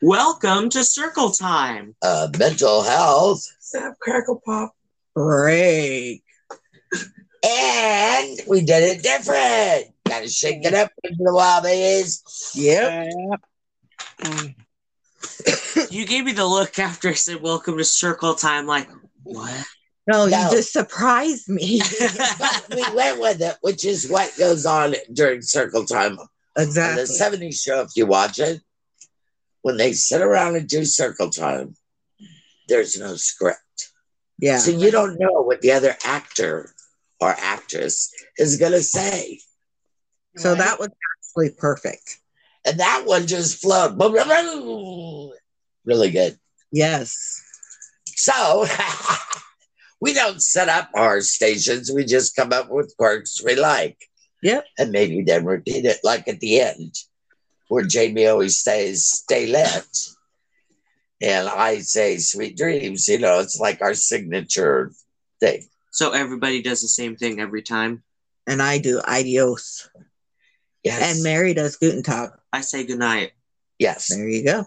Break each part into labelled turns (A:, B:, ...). A: Welcome to Circle Time.
B: Uh, mental health
C: Snap, crackle, pop.
D: Break.
B: and we did it different. Gotta shake it up once in a while, babies.
D: Yep.
A: You gave me the look after I said welcome to Circle Time, like what?
B: No.
D: No, you just surprised me.
B: But we went with it, which is what goes on during circle time. On the
D: exactly.
B: 70s show, if you watch it, when they sit around and do circle time, there's no script.
D: yeah.
B: So you don't know what the other actor or actress is going to say.
D: So that was actually perfect.
B: And that one just flowed. Really good.
D: Yes.
B: So we don't set up our stations. We just come up with quirks we like.
D: Yep.
B: And maybe then repeat it like at the end, where Jamie always says, stay lit. And I say, sweet dreams. You know, it's like our signature thing.
A: So everybody does the same thing every time.
D: And I do adios.
B: Yes.
D: And Mary does Guten Tag.
A: I say goodnight.
B: yes.
D: There you go.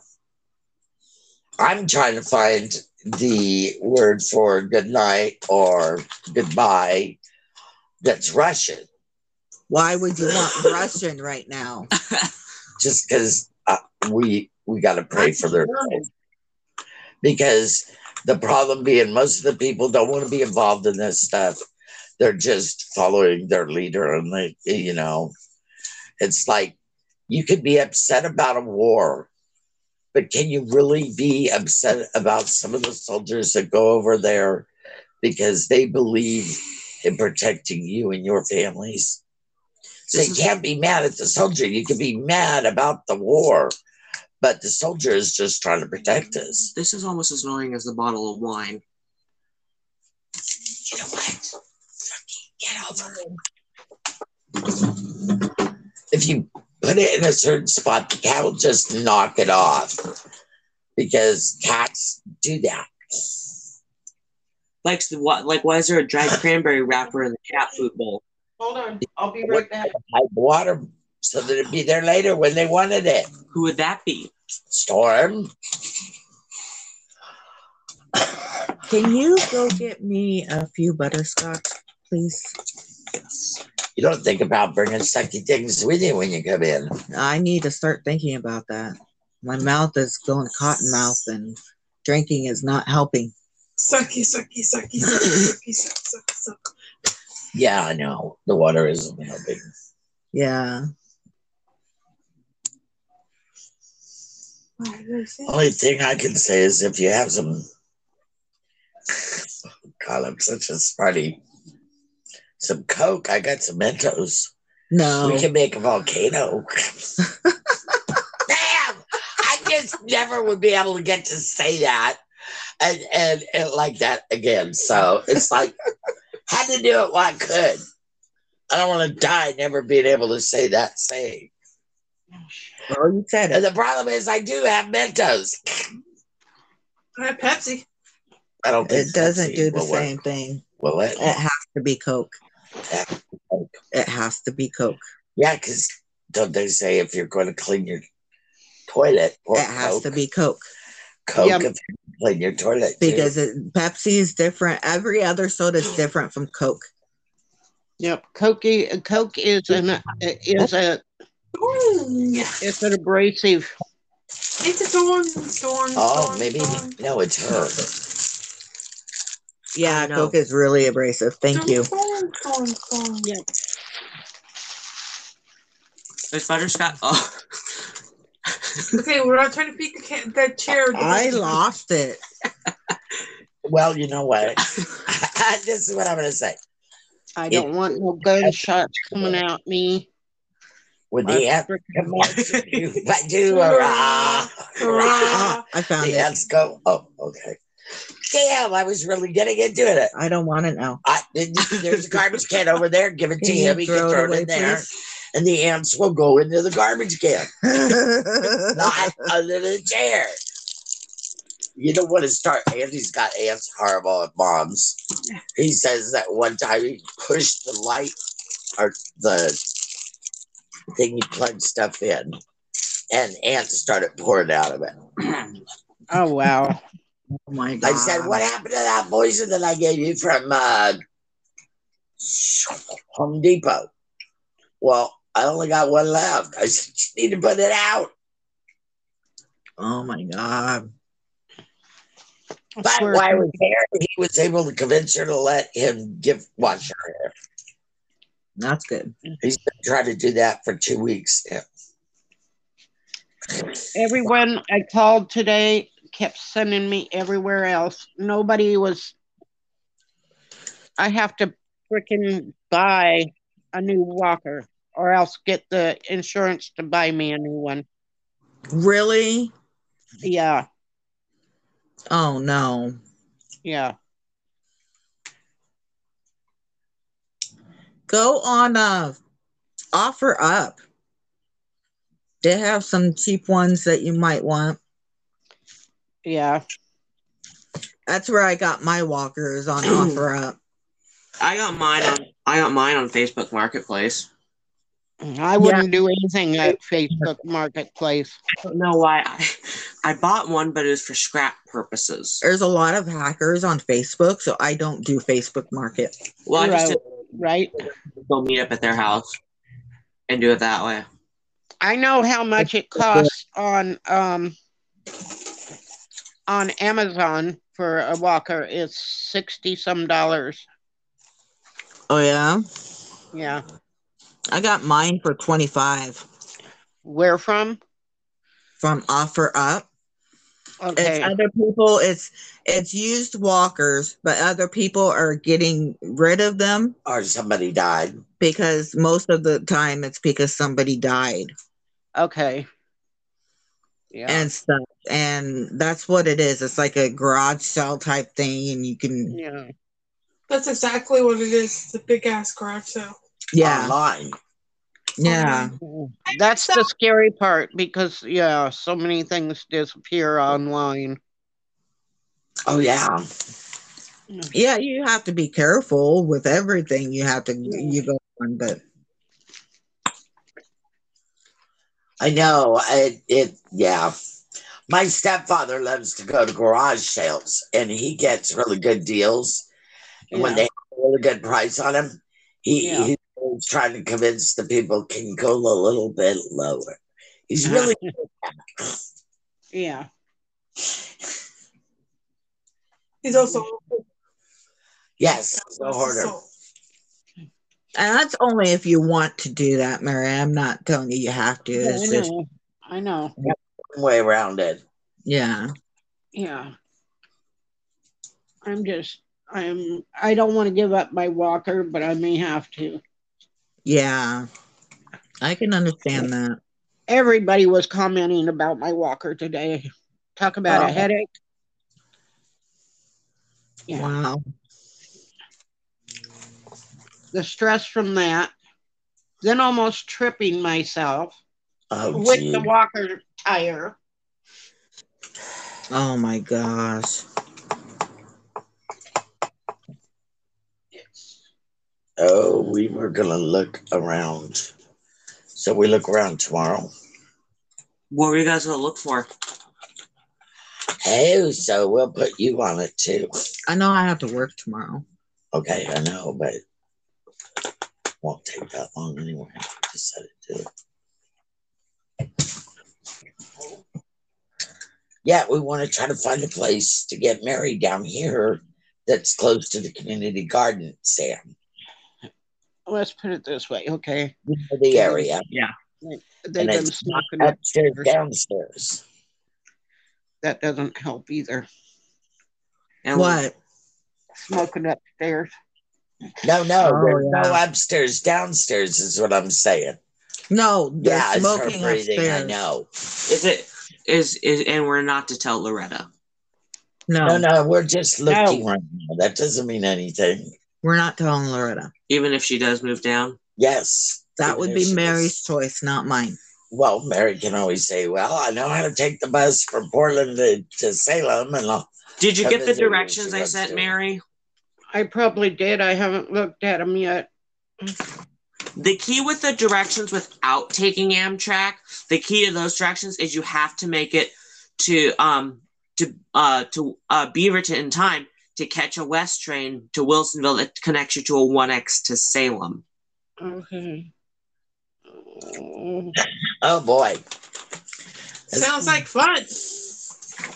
B: I'm trying to find the word for good night or goodbye that's Russian,
D: Why would you want Russian right now?
B: just because uh, we we got to pray for their because the problem being most of the people don't want to be involved in this stuff. They're just following their leader, and they, you know, it's like you could be upset about a war, but can you really be upset about some of the soldiers that go over there because they believe in protecting you and your families? So you can't be mad at the soldier. You can be mad about the war, but the soldier is just trying to protect us.
A: This is almost as annoying as the bottle of wine.
B: You know what? Fucking get over it. If you put it in a certain spot, the cat will just knock it off because cats do that.
A: Like the why, like why is there a dried cranberry wrapper in the cat food bowl?
C: Hold on. I'll be right back.
B: Hide the water so that it'd be there later when they wanted it.
A: Who would that be?
B: Storm.
D: Can you go get me a few butterscotch, please?
B: You don't think about bringing sucky things with you when you come in.
D: I need to start thinking about that. My mouth is going cotton mouth and drinking is not helping.
C: Sucky, sucky, sucky, sucky, sucky, suck, suck, suck.
B: Yeah, I know. The water isn't helping.
D: Yeah.
C: Oh, where's it?
B: Only thing I can say is if you have some. God, I'm such a smarty. Some Coke. I got some Mentos.
D: No.
B: We can make a volcano. Damn! I just never would be able to get to say that and, and, and like that again. So it's like, had to do it while I could. I don't want to die never being able to say that saying.
D: Well, you said
B: And
D: it.
B: the problem is, I do have Mentos.
C: I have Pepsi.
B: I don't think
D: It doesn't
B: Pepsi
D: do the
B: will work,
D: same thing.
B: Will it?
D: It has to be Coke. It has to be Coke.
B: Yeah, because don't they say if you're going to clean your toilet, or
D: It has
B: Coke,
D: to be Coke
B: Coke
D: Yeah.
B: if you clean your toilet? too.
D: because it, Pepsi is different. Every other soda is different from Coke.
E: Yep, Coke. i- Coke is an uh, is a
C: Dawn.
E: is an abrasive.
C: It's a dawn. Dawn.
B: oh,
C: dawn,
B: maybe
C: dawn.
B: no, it's her.
D: Yeah,
A: I know.
D: Coke is really abrasive. Thank you.
C: Dawn, dawn, dawn.
E: Yep.
A: Is butterscotch? Oh,
C: Okay, we're not trying to beat the can- that chair.
D: I lost it.
B: Well, you know what? this is what I'm going to say.
E: I don't want no gunshots coming out me.
B: When
E: I'm
B: the answer
E: freaking-
B: comes, you but do hurrah, hurrah.
D: Ah, I found
B: The
D: it.
B: ants go. Oh, okay. Damn, I was really getting into it.
D: I don't want to know.
B: I, there's a garbage can over there. Give it to
D: Can you
B: him. He can
D: throw it
B: throw it
D: away,
B: in there,
D: please?
B: and the ants will go into the garbage can. not
D: I
B: under the chair. You don't want to start. Andy's got ants horrible at mom's. He says that one time he pushed the light or the thing you plug stuff in, and ants started pouring out of it.
E: Oh wow.
D: Oh my
B: I
D: god!
B: said, "What happened to that poison that I gave you from uh, Home Depot?" Well, I only got one left. I said, "You need to put it out."
D: Oh my god!
E: I
B: But
E: swear
B: while I
E: to-
B: was there, he was able to convince her to let him give wash her hair.
D: That's good.
B: He's been trying to do that for two weeks. eh, now.
E: everyone I called today kept sending me everywhere else. Nobody was. I have to freaking buy a new walker or else get the insurance to buy me a new one.
D: Really?
E: Yeah,
D: Oh no!
E: yeah.
D: Go on uh offer up. They have some cheap ones that you might want.
E: Yeah,
D: That's where I got my walkers on offer up.
A: I got mine on I got mine on Facebook Marketplace.
E: I wouldn't do anything at Facebook Marketplace.
A: I don't know why I I bought one, but it was for scrap purposes.
D: There's a lot of hackers on Facebook, so I don't do Facebook Market.
A: Well, I just
E: Right.
A: did
E: Right?
A: go meet up at their house and do it that way.
E: I know how much it costs on um on Amazon for a walker. It's sixty some dollars.
D: Oh yeah,
E: Yeah.
D: I got mine for twenty five
E: Where from?
D: from offer up.
E: Okay.
D: It's other people. It's it's used walkers, but other people are getting rid of them
B: Or somebody died.
D: because most of the time it's because somebody died
E: Okay. Yeah.
D: and stuff. And that's what it is. It's like a garage sale type thing, and you can
E: yeah.
C: That's exactly what it is. It's a big ass garage sale.
D: yeah
B: Online.
D: yeah
E: That's the scary part because yeah, so many things disappear online.
B: Oh yeah.
D: yeah. You have to be careful with everything you have to you go on, but
B: I know. It, it yeah. My stepfather loves to go to garage sales and he gets really good deals. And when
E: Yeah.
B: they have a really good price on him, he,
E: Yeah.
B: he's always trying to convince the people can go a little bit lower. He's
E: Uh-huh.
B: really
E: Yeah.
C: He's also
B: yes, the hoarder.
C: So-
D: and that's only if you want to do that, Mary. I'm not telling you you have to.
E: I
D: It's just
E: know. I know.
B: Way around it.
D: yeah.
E: Yeah. I'm just I'm I don't want to give up my walker, but I may have to.
D: Yeah, I can understand that.
E: Everybody was commenting about my walker today. Talk about a
D: Oh.
E: headache. Yeah.
D: Wow.
E: The stress from that. Then almost tripping myself.
B: Oh,
E: with
B: gee.
E: the walker tire.
D: Oh my gosh.
B: oh, we were gonna look around. So we look around tomorrow.
A: What were you guys gonna look for?
B: Hey, so we'll put you on it too.
D: I know I have to work tomorrow.
B: Okay, I know, but it won't take that long anyway. I decided to do it. Yeah, we want to try to find a place to get married down here that's close to the community garden, Sam.
E: Let's put it this way, okay?
B: You know The area.
E: They've
B: And
E: been
B: it's not
E: smoking it.
B: upstairs, downstairs.
E: That doesn't help either.
A: And
D: what?
E: Smoking upstairs.
B: No, no,
D: Oh,
B: there's no
D: yeah.
B: upstairs, downstairs is what I'm saying.
D: No, they're
B: Yeah, it's her
D: smoking
B: breathing.
D: upstairs.
B: I know.
A: Is it is is and we're not to tell Loretta.
D: Oh. No,
B: No, no, we're just looking right now. That doesn't mean anything.
D: we're not telling Loretta.
A: Even if she does move down.
B: Yes.
D: That would be
B: Yes,
D: Mary's
B: yes.
D: choice, not mine.
B: Well, Mary can always say, Well, I know how to take the bus from Portland to, to Salem and all.
A: Did you
B: I've
A: get
B: been
A: the
B: doing what
A: directions
B: she
A: I
B: wants
A: sent,
B: to.
A: Mary?
E: I probably did. I haven't looked at them yet.
A: The key with the directions without taking Amtrak, the key to those directions is you have to make it to um to uh to uh Beaverton in time to catch a west train to Wilsonville that connects you to a 1X to Salem.
E: Okay.
B: Oh boy.
C: Sounds like fun.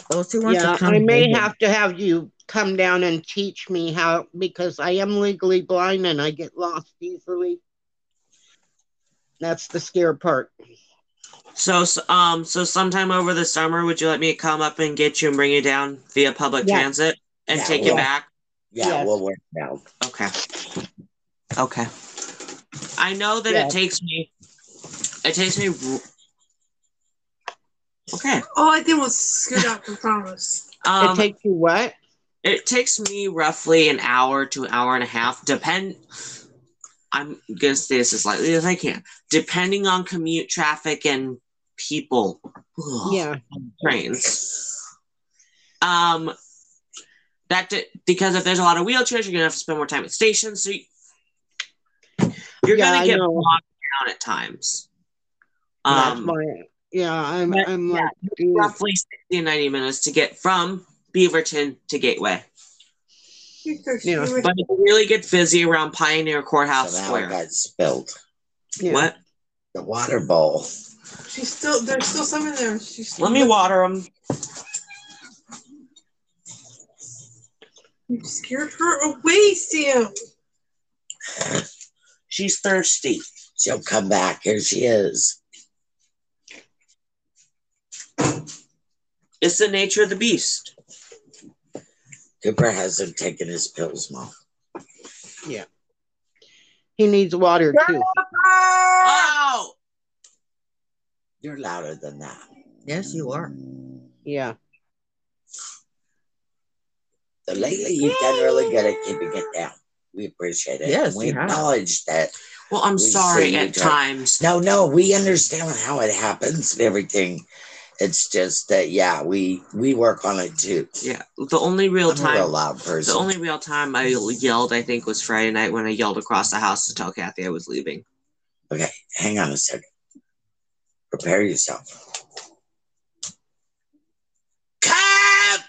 D: Those who want
E: Yeah,
D: to come,
E: I may
D: they can.
E: have to have you come down and teach me how because I am legally blind and I get lost easily. That's the scare part.
A: So s- um so sometime over the summer, would you let me come up and get you and bring you down via public
E: Yeah.
A: transit and
B: Yeah,
A: take
B: yeah.
A: you back?
B: Yeah,
E: Yes.
B: we'll work it out.
A: Okay. Okay. I know that
E: Yeah.
A: it takes me. It takes me. Okay.
C: All I did was scoot up and promise.
A: Um,
E: it takes you what?
A: It takes me roughly an hour to an hour and a half, depend. I'm gonna say this as lightly as I can, depending on commute traffic and people. Ugh,
E: Yeah.
A: trains. Um, that d- because if there's a lot of wheelchairs, you're gonna have to spend more time at stations, so y- you're
E: Yeah,
A: gonna
E: I
A: get
E: know.
A: bogged down at times.
E: That's
A: Um,
E: my yeah, I'm
A: but-
E: I'm
A: yeah,
E: like dude,
A: roughly 60 to 90 minutes to get from Beaverton to Gateway.
C: You could-
E: Yeah.
C: you would-
A: But it really gets busy around Pioneer Courthouse
B: so now
A: Square.
B: it got spilled.
E: yeah.
A: What?
B: The water bowl.
C: She's still there's still some in there. She's
A: Let me water them.
C: You scared her away, Sam.
A: She's thirsty.
B: She'll come back. Here she is.
A: It's the nature of the beast.
B: Cooper hasn't taken his pills, Mom.
E: He needs water too.
A: Oh!
B: You're louder than that.
D: Yes, you are.
E: Yeah.
B: So lately, you've done really good at keeping it down. We appreciate it.
D: Yes,
B: we
D: you have.
B: acknowledge that.
A: Well, I'm
B: We
A: sorry
B: see
A: at
B: that.
A: times.
B: No, no, we understand how it happens and everything. It's just that, yeah, we we work on it too.
A: Yeah. The only real
B: I'm a real
A: time
B: loud
A: the
B: person.
A: only real time I yelled, I think, was Friday night when I yelled across the house to tell Kathy I was leaving.
B: Hang on a second. Prepare yourself. Come!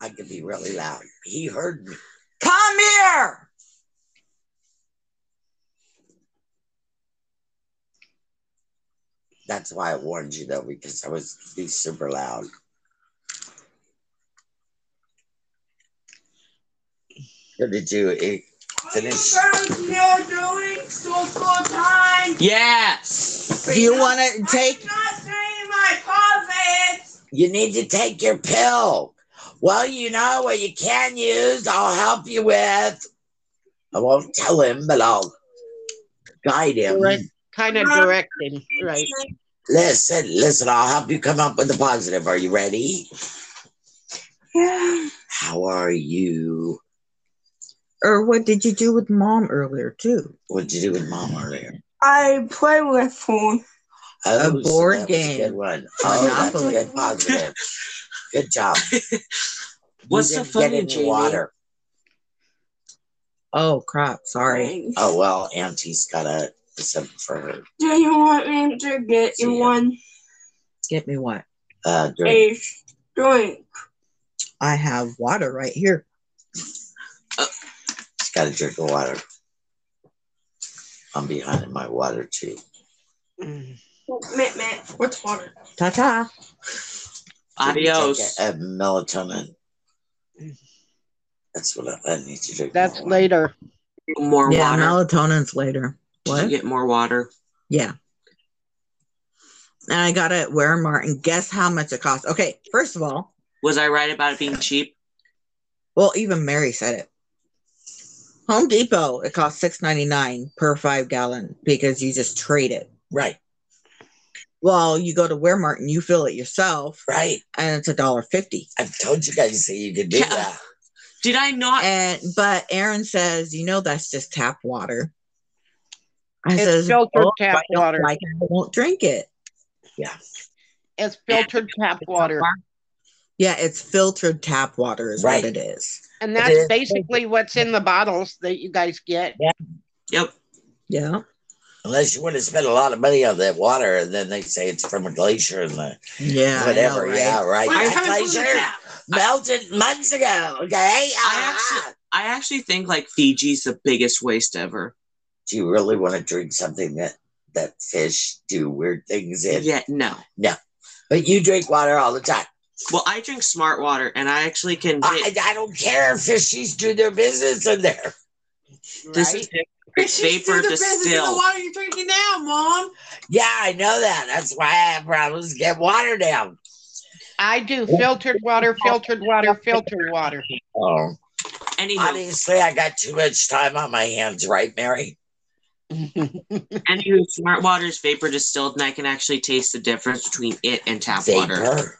B: I could be really loud. He heard me.
A: Come here!
B: That's why I warned you though, because I was be super loud. So did you eh, finish?
C: You're doing so full time.
A: Yes!
D: Do you want to take?
C: not saying my profits.
B: You need to take your pill. Well, you know what you can use. I'll help you with. I won't tell him, but I'll guide him.
E: Direct, kind of directing, right?
B: Listen, listen. I'll help you come up with a positive. Are you ready?
C: Yeah.
B: How are you?
D: Or what did you do with mom earlier too?
B: What'd you do with mom earlier?
C: I play with phone.
B: Oh, so
D: A board
B: that was a
D: game.
B: good one. Oh, that's
D: Monopoly.
B: good positive. Good job.
A: What's so
B: You didn't get
A: funny,
B: any
A: Jamie?
B: Water.
D: Oh crap! Sorry.
B: Oh well, Auntie's got a something for her.
C: Do you want me to get you
B: See ya.
C: one
D: Get me what?
B: Uh, drink.
C: a drink?
D: I have water right here.
B: She's got a drink of water. I'm behind in my water too.
E: Mm.
C: Mint, mint. What's water?
D: Ta ta.
B: Should we take
A: Adios.
B: A, a melatonin. That's what I, I need to drink.
E: That's
B: more water.
E: later.
A: More
D: Yeah,
A: water.
D: melatonin's later.
A: Did
D: What?
A: you get more water?
D: Yeah. And I got it where Martin. Guess how much it cost? Okay, first of all,
A: Was I right about it being cheap?
D: well, even Mary said it. Home Depot, it costs six ninety nine per five gallon because you just trade it.
B: Right,
D: Well, you go to where Martin, you fill it yourself,
B: right.
D: and it's a dollar fifty.
B: I've told you guys that you could do
A: Yeah.
B: that.
A: Did I not?
D: And but Aaron says, you know, that's just tap water. I
E: It's
D: says,
E: filtered
D: "Oh, if
E: tap
D: I don't
E: water.
D: Like it, I won't drink it.
E: It's filtered tap water.
D: Yeah, it's filtered tap water is
B: Right.
D: what it is.
E: And
B: It
E: that's
B: is.
E: basically what's in the bottles that you guys get.
A: Yep.
F: Yeah.
B: Unless you want to spend a lot of money on that water, and then they say it's from a glacier and the
F: Yeah. I
B: whatever.
F: know, right?
B: Yeah, right.
C: Why
B: That
C: haven't we done
B: glacier
C: that?
B: melted months ago. Okay.
A: I
B: Ah.
A: I actually think like Fiji's the biggest waste ever.
B: do you really want to drink something that that fish do weird things in?
A: Yet no.
B: But you drink water all the time.
A: Well, I drink smart water, and I actually can.
B: I, I don't care if fishies do their business in there.
A: this
B: right?
A: is
C: It's
A: vapor
C: The
A: distilled.
C: water you're drinking now, mom.
B: Yeah, I know that. That's why I have problems get water down.
E: I do filtered water, filtered water, filtered water.
B: Oh,
A: Anywho,
B: honestly, I got too much time on my hands, right, Mary?
A: anywho, smart water is vapor distilled, and I can actually taste the difference between it and tap water.
B: Vapor.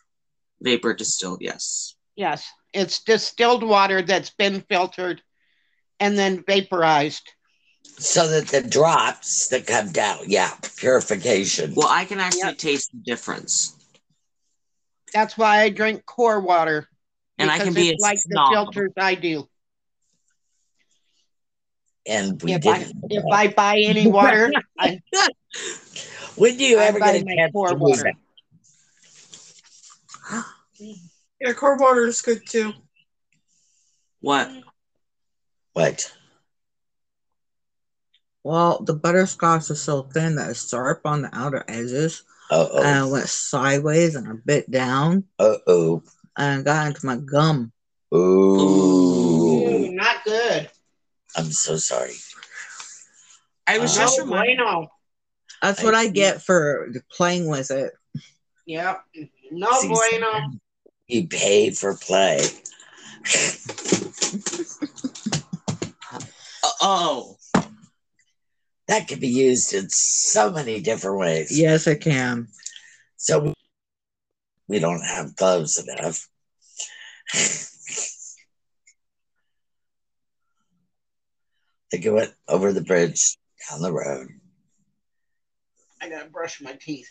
A: Vapor distilled, yes.
E: yes, it's distilled water that's been filtered and then vaporized.
B: So that the drops that come down, yeah, purification.
A: Well, I can actually
E: Yep.
A: taste the difference,
E: That's why I drink core water.
A: and I
E: because
A: can be a
E: it's like the
A: snob.
E: filters I do.
B: and we
E: If I
B: didn't.
E: if I buy any water, I,
B: when do you
E: I
B: ever
E: buy
B: get a
E: my
B: chance
E: core
B: to do
E: water.
B: that?
C: Yeah, core water is good too.
A: What?
B: What?
F: Well, the butterscotch is so thin that it's sharp on the outer edges.
E: Um,
F: And I
B: Uh
F: went sideways and I bit down
B: oh. Uh oh.
F: and got into my gum.
B: Ooh.
E: Ooh, not good.
B: I'm so sorry.
A: I was
B: Uh,
A: just
E: No
A: reminded.
E: bueno.
F: That's
B: I
F: what I
B: see.
F: get for playing with it.
E: Yep. No
B: See,
E: bueno.
B: sometimes You pay for play.
A: Oh,
B: That could be used in so many different ways.
F: Yes, I can.
B: So we don't have gloves enough. Think of it over the bridge down the road.
E: I gotta brush my teeth.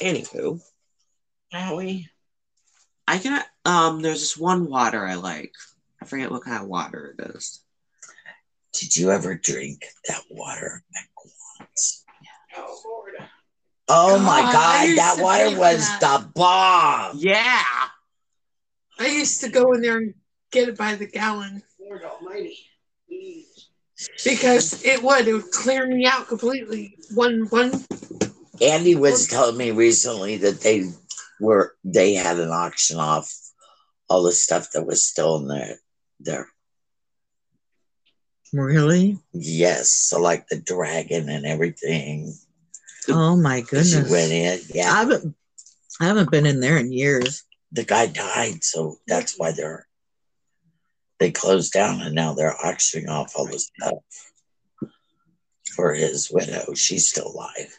A: anywho,
E: Are we?
A: I can. Um, there's this one water I like. I forget what kind of water it is.
B: Did you ever drink that water at Quan's?
E: Oh Lord.
B: Oh my
C: God, I
B: God,
C: used
B: that
C: to
B: water
C: pay for
B: was
C: that.
B: the bomb.
A: Yeah.
C: I used to go in there and get it by the gallon
E: Lord Almighty. Please.
C: because it would it would clear me out completely. One one
B: Andy was telling me recently that they were they had an auction off all the stuff that was still in there. There,
F: Really?
B: yes, so like the dragon and everything.
F: Oh my
B: She
F: goodness.
B: went in,
F: I
B: yeah.
F: haven't I haven't been in there in years.
B: the guy died, so that's why they're they closed down and now they're auctioning off all this stuff for his widow. She's still alive.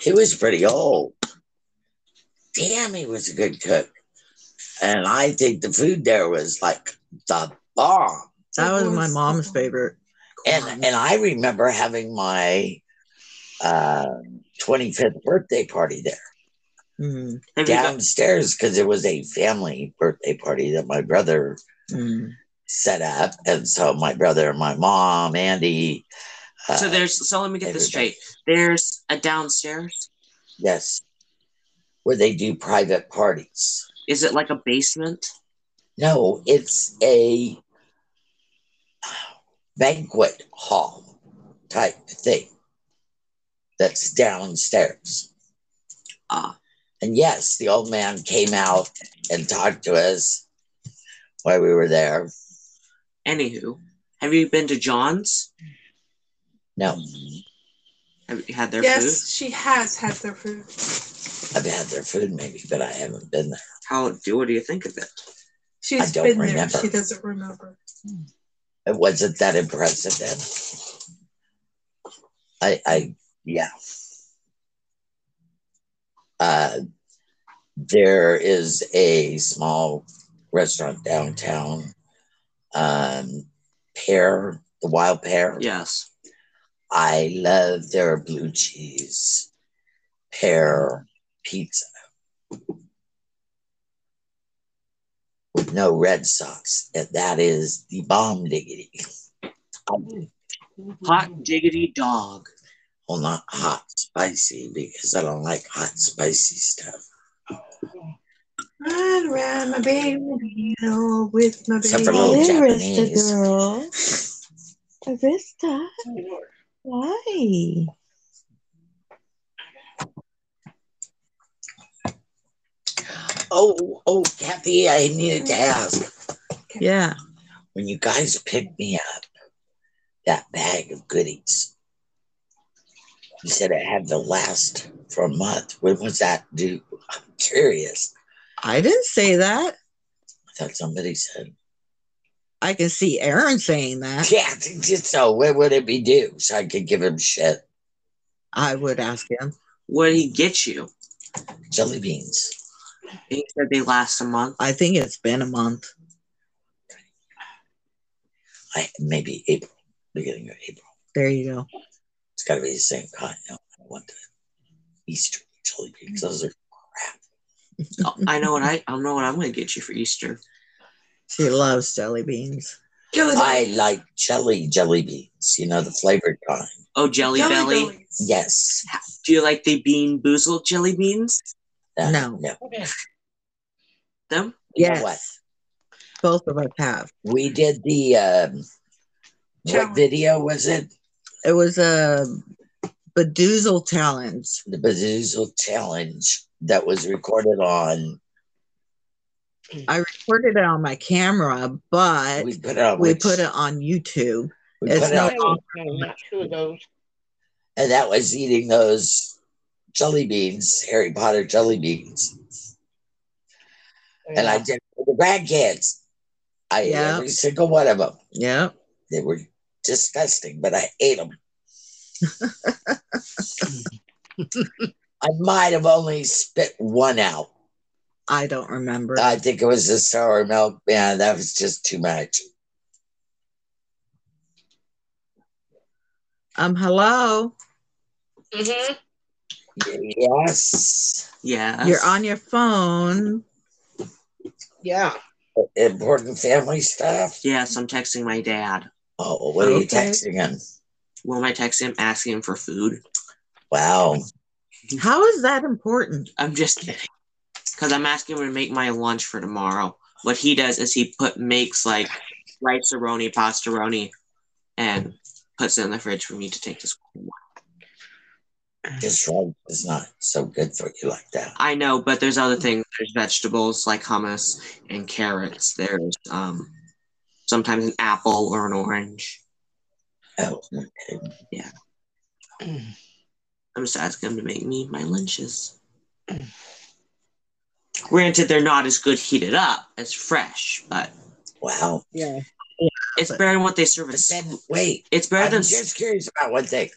B: He was pretty old. Damn, he was a good cook. And I think the food there was like the bomb.
F: That was my
C: was-
F: mom's favorite.
B: And
F: corn.
B: and I remember having my uh, 25th birthday party there.
F: Mm,
D: Mm-hmm.
A: Have you got-
B: downstairs because it was a family birthday party that my brother
D: Mm-hmm.
F: mm.
B: set up. And so my brother, my mom, Andy. Uh,
A: so there's. So let me get this
B: everybody.
A: straight. There's a downstairs.
B: Yes. Where they do private parties.
A: Is it like a basement?
B: No, it's a banquet hall type thing that's downstairs.
A: Ah.
B: And yes, the old man came out and talked to us while we were there.
A: Anywho, have you been to John's?
B: No,
A: Have you had their
C: yes,
A: food?
C: she has had their food.
B: I've had their food maybe, but I haven't been there.
A: How do what do you think of it?
C: She's
B: don't
C: been
B: remember.
C: there. She doesn't remember.
B: it wasn't that impressive then. I, I, yeah. Uh, there is a small restaurant downtown, um, Pear, the Wild Pear.
A: Yes.
B: I love their blue cheese pear pizza. with no Red Sox, and that is the bomb diggity.
A: Hot diggity dog.
B: Well, not hot spicy because I don't like hot spicy stuff.
C: Run around my baby, you know, with my
B: Except
C: baby.
B: for little
G: Hey,
B: Japanese.
G: Arista girl. Arista, why?
B: Oh, oh, Kathy, I needed to ask.
D: Yeah.
B: When you guys picked me up, that bag of goodies, you said it had to last for a month. When was that due? I'm curious.
D: I didn't say that.
B: I thought somebody said,
D: I can see Aaron saying that.
B: Kathy, just so when would it be due? So I could give him shit.
D: I would ask him.
A: What did he get you?
B: Jelly beans.
A: He said they last a month.
D: I think it's been a month.
B: I, maybe April, beginning of April.
D: There you go.
B: It's got to be the same kind. No, I want the Easter jelly beans. Those are
A: Oh, I know what I, I know what I'm gonna get you for Easter.
D: She loves jelly beans.
C: Jelly
B: I like jelly jelly beans. You know the flavored kind.
A: Oh, Jelly, Belly.
C: bellies.
B: Yes.
A: Do you like the Bean Boozled jelly beans?
D: No.
B: No.
A: Them?
B: You know
D: Yes.
B: what?
D: Both of us have.
B: We did the um, what
C: Challenge.
B: video was it?
D: It was a bedoozle challenge.
B: The Bazoozle challenge that was recorded on.
D: I recorded it on my camera, but
B: We put it on.
D: we
B: which-
D: put it on YouTube.
B: we
D: it's
B: put it
D: not-
B: on,
E: Two of those.
B: and that was eating those jelly beans, Harry Potter jelly beans, and I did it for the grandkids. I ate
D: Yeah.
B: every single one of them.
D: Yeah.
B: They were disgusting, but I ate them. I might have only spit one out.
D: I don't remember.
B: I think it was the sour milk. Yeah, that was just too much.
D: um, hello.
E: Mm-hmm.
B: Yes.
A: Yeah.
D: You're on your phone.
E: Yeah.
B: Important family stuff.
A: Yes, I'm texting my dad.
B: Oh, what are you
D: Okay.
B: texting him?
A: Will am I text him asking him for food?
B: Wow.
D: How is that important?
A: I'm just kidding. Because I'm asking him to make my lunch for tomorrow. What he does is he put makes like rice-aroni, pastaroni, and puts it in the fridge for me to take to school. Uh.
B: Just right is not so good for you like that.
A: I know, but there's other things. There's vegetables like hummus and carrots. There's um sometimes an apple or an orange.
B: Oh,
A: I'm just asking him to make me my lunches. Granted, they're not as good heated up as fresh, but
B: wow.
E: Yeah.
A: it's better than what they serve at
B: But
A: school.
B: then, wait,
A: It's better
B: I'm
A: than
B: just curious about one thing.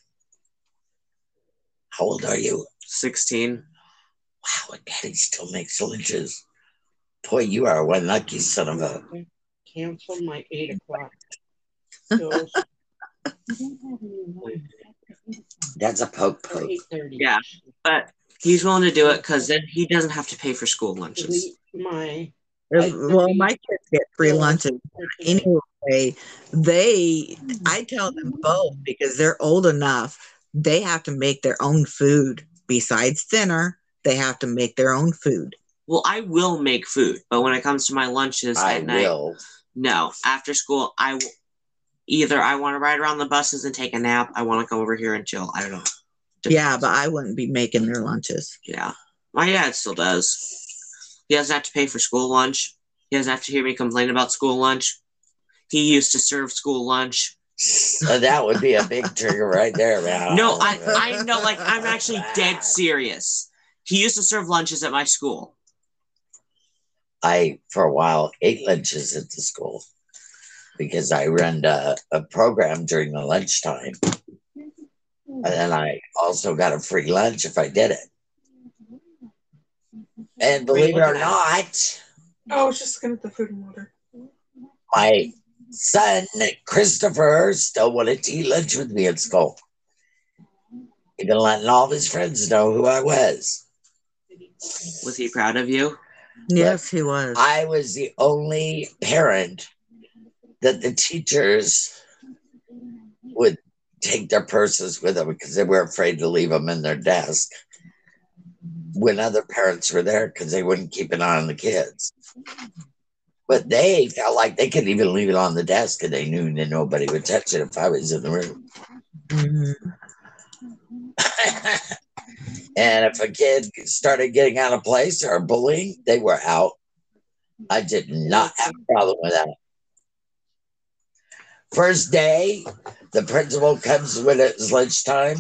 B: How old are you?
A: 16.
B: Wow, and daddy still makes lunches. Boy, you are one lucky son of a.
E: Cancel my eight o'clock. Those
B: That's a poke
E: are
B: poke.
E: eight thirty.
A: Yeah. But he's willing to do it because then he doesn't have to pay for school lunches.
E: Delete my.
D: If- well, my kids get free lunches anyway. They, I tell them both because they're old enough. They have to make their own food besides dinner. They have to make their own food.
A: Well, I will make food, but when it comes to my lunches
B: I
A: at night,
B: will.
A: no. After school, I w- either I want to ride around the buses and take a nap. I want to come over here and chill. I don't know.
D: Yeah, but I wouldn't be making their lunches.
A: Yeah. My dad still does. He doesn't have to pay for school lunch. He doesn't have to hear me complain about school lunch. He used to serve school lunch.
B: So that would be a big trigger right there, Oh, man.
A: No, I, I know, like, I'm actually dead serious. He used to serve lunches at my school.
B: I, for a while, ate lunches at the school because I ran a, a program during the lunchtime. And then I also got a free lunch if I did it.
A: Wait,
B: And believe it
A: look
B: or
A: at
B: not,
C: Oh, I was just looking at the food and water.
B: my son, Christopher, still wanted to eat lunch with me at school. Even letting all of his friends know who I was.
A: Was he proud of you?
D: Yes, he was.
B: I was the only parent that the teachers would take their purses with them because they were afraid to leave them in their desk when other parents were there because they wouldn't keep an eye on the kids. But they felt like they could even leave it on the desk and they knew that nobody would touch it if I was in the room.
D: Mhm.
B: and if a kid started getting out of place or bullying, they were out. I did not have a problem with that. First day, the principal comes when it's lunchtime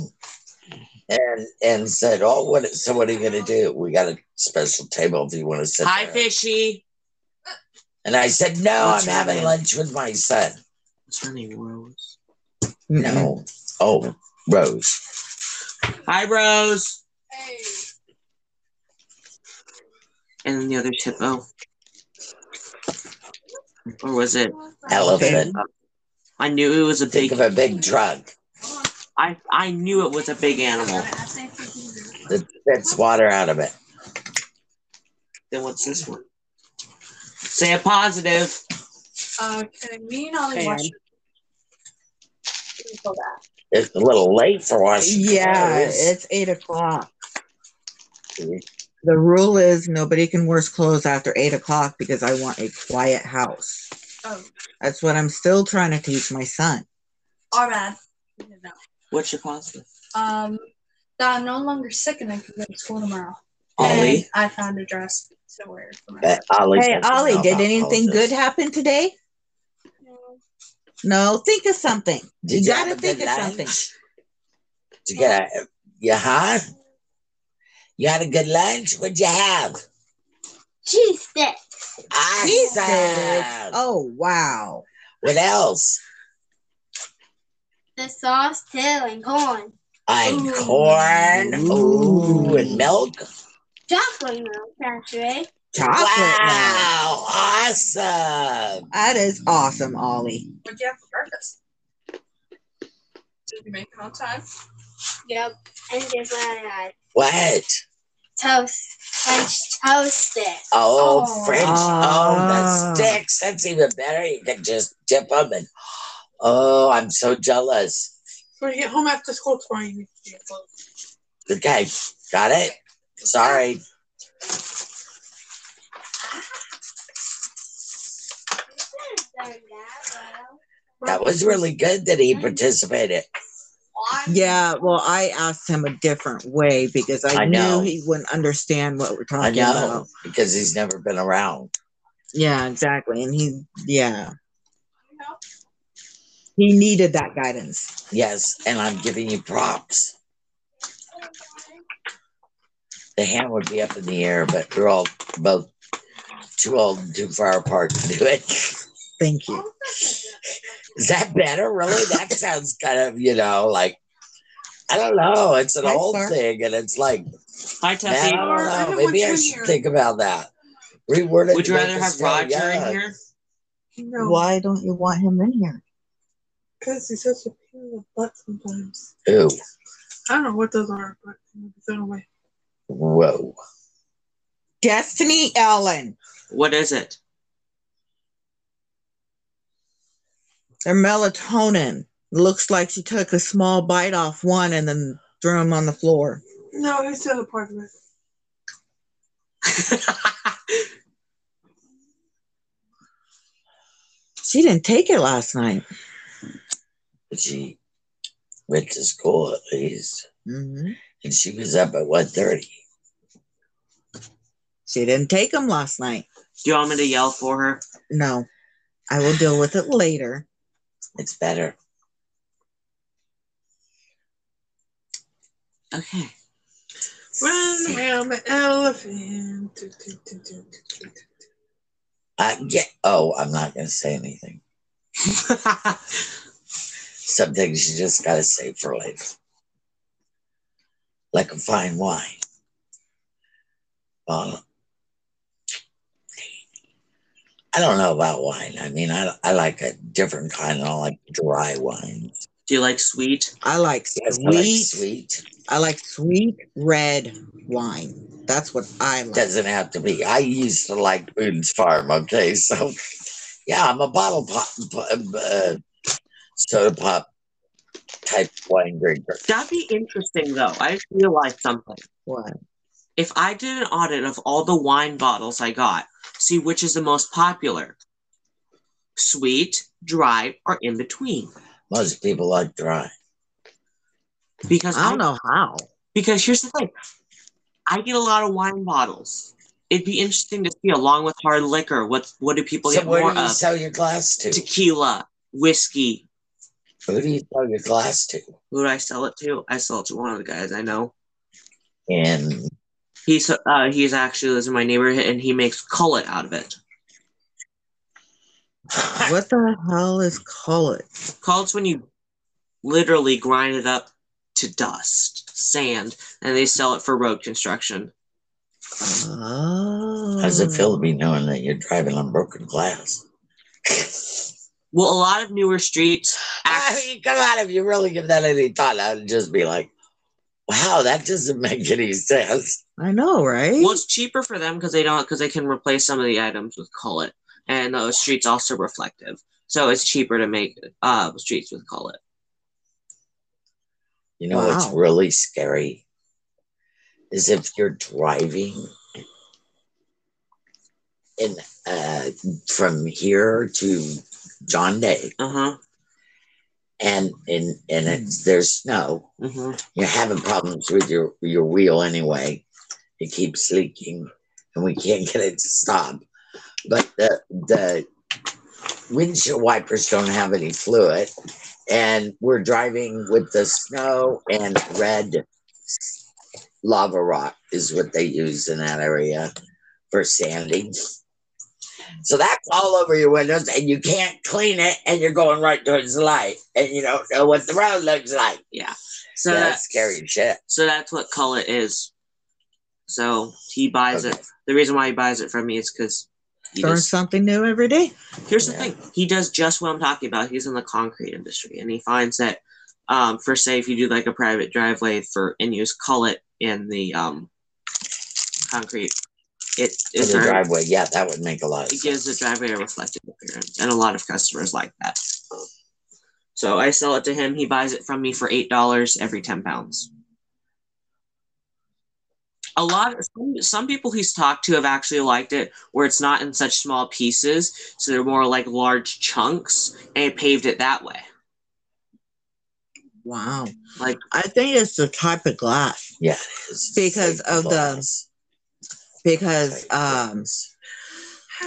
B: and and said, Oh, what so what are you gonna do? We got a special table if you want to sit.
A: Hi,
B: there."
A: fishy.
B: And I said, No,
A: What's
B: I'm
A: her
B: having
A: name?
B: lunch with my son.
A: What's her name? Rose.
B: No. Oh, Rose.
A: Hi, Rose. And then the other hippo. Or was it?
B: Elephant.
A: I knew it was a
B: Think
A: big.
B: of a big truck
A: I I knew it was a big animal.
B: that spits water out of it.
A: Then what's this one? Say a positive.
C: Uh,
H: Okay, me and Ollie
E: Sam.
H: watched it.
B: It's a little late for Washington.
D: Yeah,
B: It's-
D: it's eight o'clock. The rule is nobody can wear clothes after eight o'clock because I want a quiet house.
H: Oh,
D: That's what I'm still trying to teach my son.
H: our bad. We didn't know.
A: What's your positive?
H: Um, that I'm no longer sick and I can go to school tomorrow. And
A: Ollie.
H: I found a dress to wear for my
B: But Ollie
D: Hey,
B: doesn't
D: Ollie,
B: know
D: did
B: about
D: anything
B: all
D: good
B: this.
D: happen today? No, think of something.
B: Did
D: you
B: have
D: gotta
B: a
D: think
B: good
D: of something.
B: lunch? Did you get a, yeah, huh? You had a good lunch? What'd you have?
H: Cheese stick.
D: He
B: Awesome.
D: said, Oh, wow.
B: What else?
H: The sauce too and corn.
B: And
H: Ooh.
B: corn. Ooh, and milk.
H: Chocolate milk, actually.
D: Chocolate. milk.
B: wow, awesome.
D: That is awesome, Ollie.
H: What'd you have for breakfast? Did you make it on time? Yep. And guess what I had?
B: What?
H: Toast. French toast it.
B: Oh,
H: Oh.
B: French. Oh,
D: Ah.
B: the sticks. That's even better. You can just dip them and oh, I'm so jealous.
C: When you get home after school tomorrow, you need to get clothes.
B: Okay, got it? Sorry. That was really good that he participated.
D: Yeah, well, I asked him a different way because I,
B: I
D: knew
B: know.
D: he wouldn't understand what we're
B: I
D: talking
B: know
D: about.
B: because he's never been around.
D: Yeah, exactly. And he, yeah. He needed that guidance.
B: Yes, and I'm giving you props. The hand would be up in the air, but we're all both too old and too far apart to do it.
D: Thank you.
B: Is that better? Really? That sounds kind of, you know, like I don't know. It's an
D: Hi,
B: old
D: Clark.
B: thing, and it's like,
A: Hi,
B: man,
A: Tuffy.
B: I
C: Clark, I
B: don't
C: don't
B: know. Maybe
C: want
B: I
C: you
B: should
C: here.
B: think about that. Reword it.
A: Would
B: to
A: you
B: make
A: rather
B: us
A: have
B: feel
A: Roger in
B: young.
A: here?
C: No,
I: Why don't you want him in here?
C: because he's such a pain in the butt sometimes.
B: Ew.
C: I don't know what those are, but I'm going away.
B: Whoa.
D: Destiny Ellen.
A: What is it?
D: They're melatonin. Looks like she took a small bite off one and then threw him on the floor.
C: No, he's the other part of it.
D: She didn't take it last night.
B: But she went to school at least,
I: Mm-hmm.
D: hmm
B: and she was up at one thirty.
D: She didn't take them last night.
A: Do you want me to yell for her?
D: No, I will deal with it later.
B: It's better.
A: Okay.
C: Run around the elephant. Do, do, do, do, do, do.
B: I get. Oh, I'm not gonna say anything. Some things you just gotta save for later, like a fine wine. Uh, Well, I don't know about wine. I mean, I I like a different kind. I don't like dry wine.
A: Do you like sweet?
D: I like
B: Yes, I like
D: sweet.
B: sweet.
D: I like sweet red wine. That's what I like.
B: Doesn't have to be. I used to like Boone's Farm. Okay, so yeah, I'm a bottle pop, uh, soda pop type wine drinker.
A: That'd be interesting though. I just realized something.
D: What?
A: If I did an audit of all the wine bottles I got, see which is the most popular. Sweet, dry, or in between.
B: Most people like dry.
A: Because
D: I don't know how.
A: Because here's the thing I get a lot of wine bottles. It'd be interesting to see, along with hard liquor, what, what do people
B: so
A: get
B: where
A: more uh,
B: do you
A: of?
B: sell your glass to?
A: Tequila, whiskey.
B: Who do you sell your glass to?
A: Who do I sell it to? I sell it to one of the guys I know.
B: And
A: He's uh, he's actually lives in my neighborhood and he makes cullet out of it.
B: Ah.
D: What the hell is call it?
A: Cullet's when you literally grind it up to dust, sand, and they sell it for road construction.
D: Oh.
B: How does it feel to be knowing that you're driving on broken glass?
A: Well, a lot of newer streets.
B: I
A: Actually,
B: mean, come on, if you really give that any thought, I'd just be like, wow, that doesn't make any sense.
D: Oh, I know, right?
A: well, it's cheaper for them because they don't because they can replace some of the items with cullet, and those streets also reflective, so it's cheaper to make uh streets with cullet.
B: You know what's
D: Wow.
B: really scary is if you're driving in uh, from here to John Day,
A: Uh huh.
B: and and and it's there's snow.
A: hmm
B: You're having problems with your your wheel anyway. It keeps leaking, and we can't get it to stop. But the the windshield wipers don't have any fluid, and we're driving with the snow and red lava rock is what they use in that area for sanding. So that's all over your windows, and you can't clean it, and you're going right towards the light, and you don't know what the road looks like.
A: So
B: Yeah,
A: that's
B: that's scary as shit.
A: So that's what cullet is. So he buys
B: Okay.
A: it. The reason why he buys it from me is because
D: Learn something new every day.
A: here's the
B: Yeah.
A: thing. He does just what I'm talking about. He's in the concrete industry, and he finds that um, for say if you do like a private driveway for and use cullet in the um, concrete, it
B: In
A: is
B: the
A: very,
B: driveway, yeah, that would make a lot of
A: it
B: sense.
A: gives the driveway a reflective appearance, and a lot of customers like that. So I sell it to him. He buys it from me for eight dollars every ten pounds. A lot some, some people he's talked to have actually liked it, where it's not in such small pieces, so they're more like large chunks, and it paved it that way.
D: Wow.
A: Like-
D: I think it's the type of glass
B: Yeah, it is.
D: Because of the-
B: Glass.
D: because um,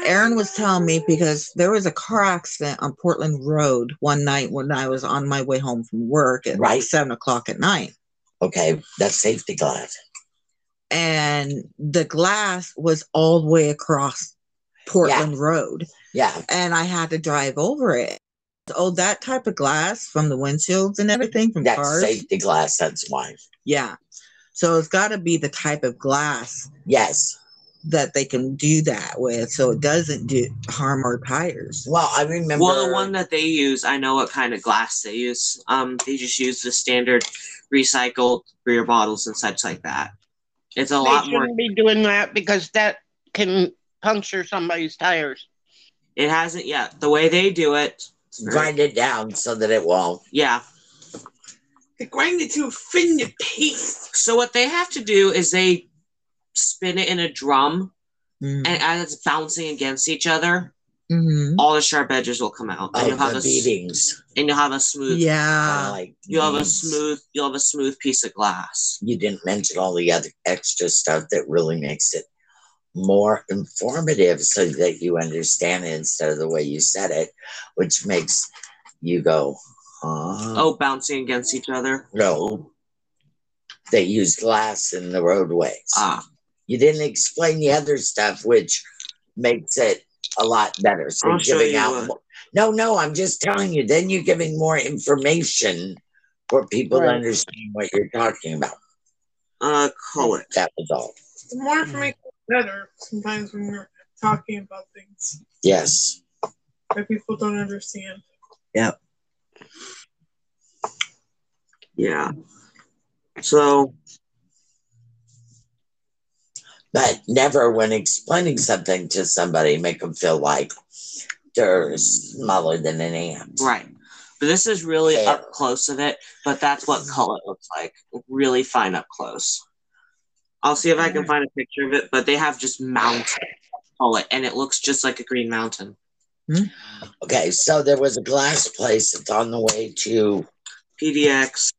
D: Aaron was telling me because there was a car accident on Portland Road one night when I was on my way home from work at
B: Right.
D: like seven o'clock at night.
B: okay, that's safety glass.
D: And the glass was all the way across Portland Road.
B: Yeah,
D: And I had to drive over it. Oh, that type of glass from the windshields and everything from
B: that's
D: cars.
B: safety glass. That's why.
D: Yeah. So it's got to be the type of glass
B: Yes.
D: that they can do that with so it doesn't do harm our tires.
B: Well, I remember.
A: Well, the one that they use, I know what kind of glass they use. Um, they just use the standard recycled beer bottles and such like that. It's a
E: They
A: lot more.
E: shouldn't be doing that because that can puncture somebody's tires.
A: It hasn't yet. The way they do it,
B: grind it down so that it won't.
A: yeah.
C: They grind it to a thin paste.
A: So what they have to do is they spin it in a drum,
D: Mm.
A: and as it's bouncing against each other,
D: Mhm.
A: all the sharp edges will come out, and
B: Oh,
A: you'll have a
B: the
A: s-
B: beatings.
A: and you'll have a smooth.
D: Yeah.
B: like
A: You'll have a
B: beatings.
A: smooth. You'll have a smooth piece of glass.
B: You didn't mention all the other extra stuff that really makes it more informative, so that you understand it instead of the way you said it, which makes you go, huh?
A: Oh, bouncing against each other.
B: no. They use glass in the roadways.
A: Ah,
B: You didn't explain the other stuff, which makes it a lot better. So
A: I'll
B: you're
A: show
B: giving
A: you uh,
B: out
A: what-
B: more. No, no, I'm just telling you. Then you're giving more information for people to
E: Right.
B: understand what you're talking about.
A: uh, color.
B: That was all.
C: The more information, the better. Sometimes when you're talking about things
B: Yes.
C: that people don't understand.
A: Yeah. So
B: But never, when explaining something to somebody, make them feel like they're smaller than an ant.
A: right. But this is really
B: Fair.
A: up close of it, but that's what color looks like. Really fine up close. I'll see if I can find a picture of it, but they have just mountains of color and it looks just like a green mountain.
B: Okay, so there was a glass place that's on the way to,
A: PDX,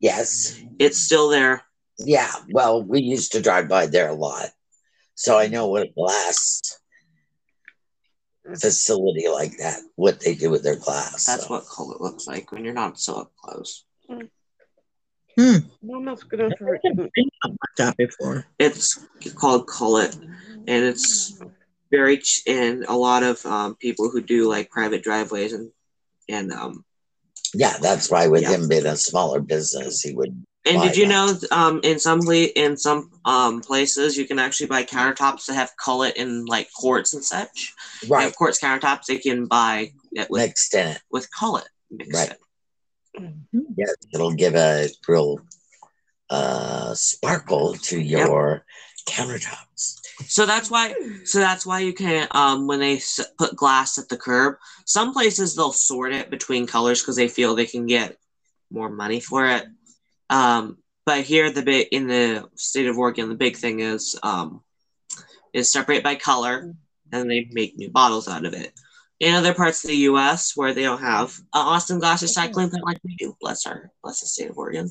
B: yes,
A: it's still there.
B: yeah, well, we used to drive by there a lot. So I know what a glass facility like that, what they do with their glass.
A: That's
B: so.
A: what color looks like when you're not so up close.
E: Mama's gonna hurt you.
F: I've looked at before.
A: It's called Cullet, and it's very ch- and a lot of um, people who do like private driveways and and um
B: Yeah, that's why with
A: Yeah.
B: him being a smaller business, he would.
A: and
B: Why
A: did you know
B: not?
A: um in some ple- in some um places you can actually buy countertops that have Cullet in like quartz and such. And
B: Right.
A: of course, countertops they can buy it with
B: Mixed in it.
A: with Cullet mixed
B: Right.
A: in.
B: Yes, it'll give a real uh, sparkle to
A: Yep.
B: your countertops.
A: So that's why. So that's why you can. Um, when they s- put glass at the curb, some places they'll sort it between colors because they feel they can get more money for it. Um, but here, the big in the state of Oregon, the big thing is um, is separate by color, and they make new bottles out of it. In other parts of the U.S. where they don't have uh, Austin glass recycling plant like we do, bless our bless the state of Oregon,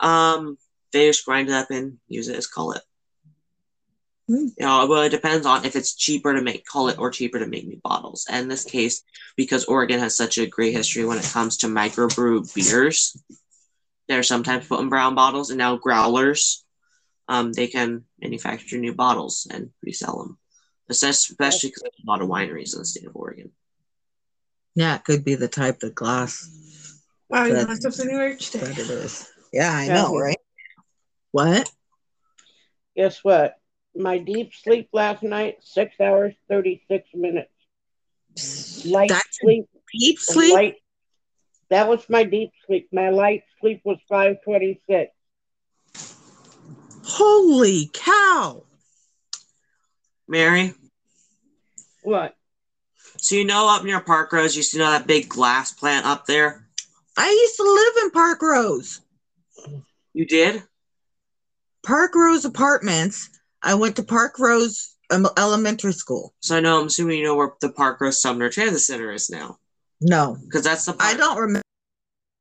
A: um, they just grind it up and use it as color. You know, well, it depends on if it's cheaper to make cullet or cheaper to make new bottles. And in this case, because Oregon has such a great history when it comes to microbrew beers, they're sometimes put in brown bottles and now growlers. Um, they can manufacture new bottles and resell them, especially because there's a lot of wineries in the state of Oregon.
F: Yeah, it could be the type of glass
C: Wow, you
F: But-
C: learned something new today.
F: that it is. Yeah, I
E: Yeah.
F: know, right? What?
E: Guess what? My deep sleep last night, six hours, 36 minutes. Light
F: That's-
E: sleep,
F: Deep sleep?
E: light. That was my deep sleep. My light sleep was 526.
F: Holy cow.
A: Mary,
E: What?
A: so you know up near Park Rose, you see know that big glass plant up there?
F: I used to live in Park Rose.
A: You did?
F: Park Rose Apartments. I went to Park Rose um, Elementary School.
A: So I know I'm assuming you know where the Park Rose Sumner Transit Center is now,
F: No,
A: because that's the part.
F: I don't remember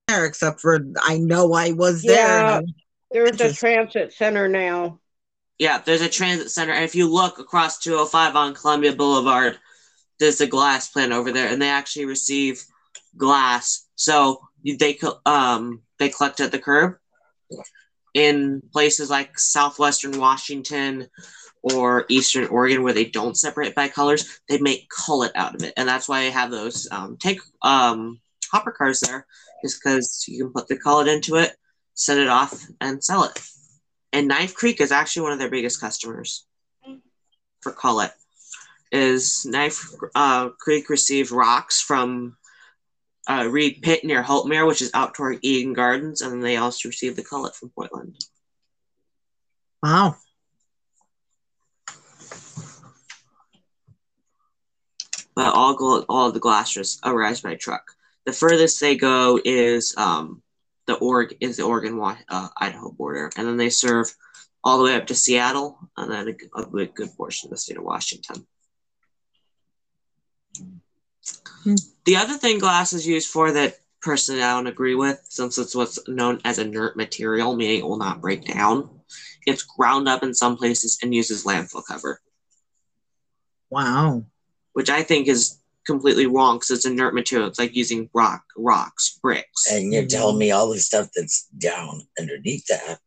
F: there except for I know I was there. and I-
E: There's a
F: Interesting.
E: transit center now.
A: Yeah, there's a transit center. And if you look across 205 on Columbia Boulevard, there's a glass plant over there, and they actually receive glass. So they co- um they collect at the curb in places like southwestern Washington or eastern Oregon where they don't separate by colors. They make cullet out of it, and that's why they have those um, take um, hopper cars there, is because you can put the cullet into it, send it off, and sell it. And Knife Creek is actually one of their biggest customers for cullet. Is Knife uh, Creek received rocks from uh, Reed Pit near Holtmere, which is out toward Eden Gardens, and then they also received the cullet from Portland.
F: Wow.
A: But all gl- all of the glass just arrives by truck. The furthest they go is um, the org is the Oregon Wa- uh, Idaho border, and then they serve all the way up to Seattle, and then a g- a, good- good portion of the state of Washington.
F: Hmm.
A: The other thing glass is used for that personally I don't agree with, since it's what's known as inert material, meaning it will not break down. It's ground up in some places and uses landfill cover
F: Wow.
A: which I think is completely wrong because it's inert material. It's like using rock, rocks, bricks.
B: And you're
F: Mhm.
A: Mm-hmm.
B: telling me all the stuff that's down underneath that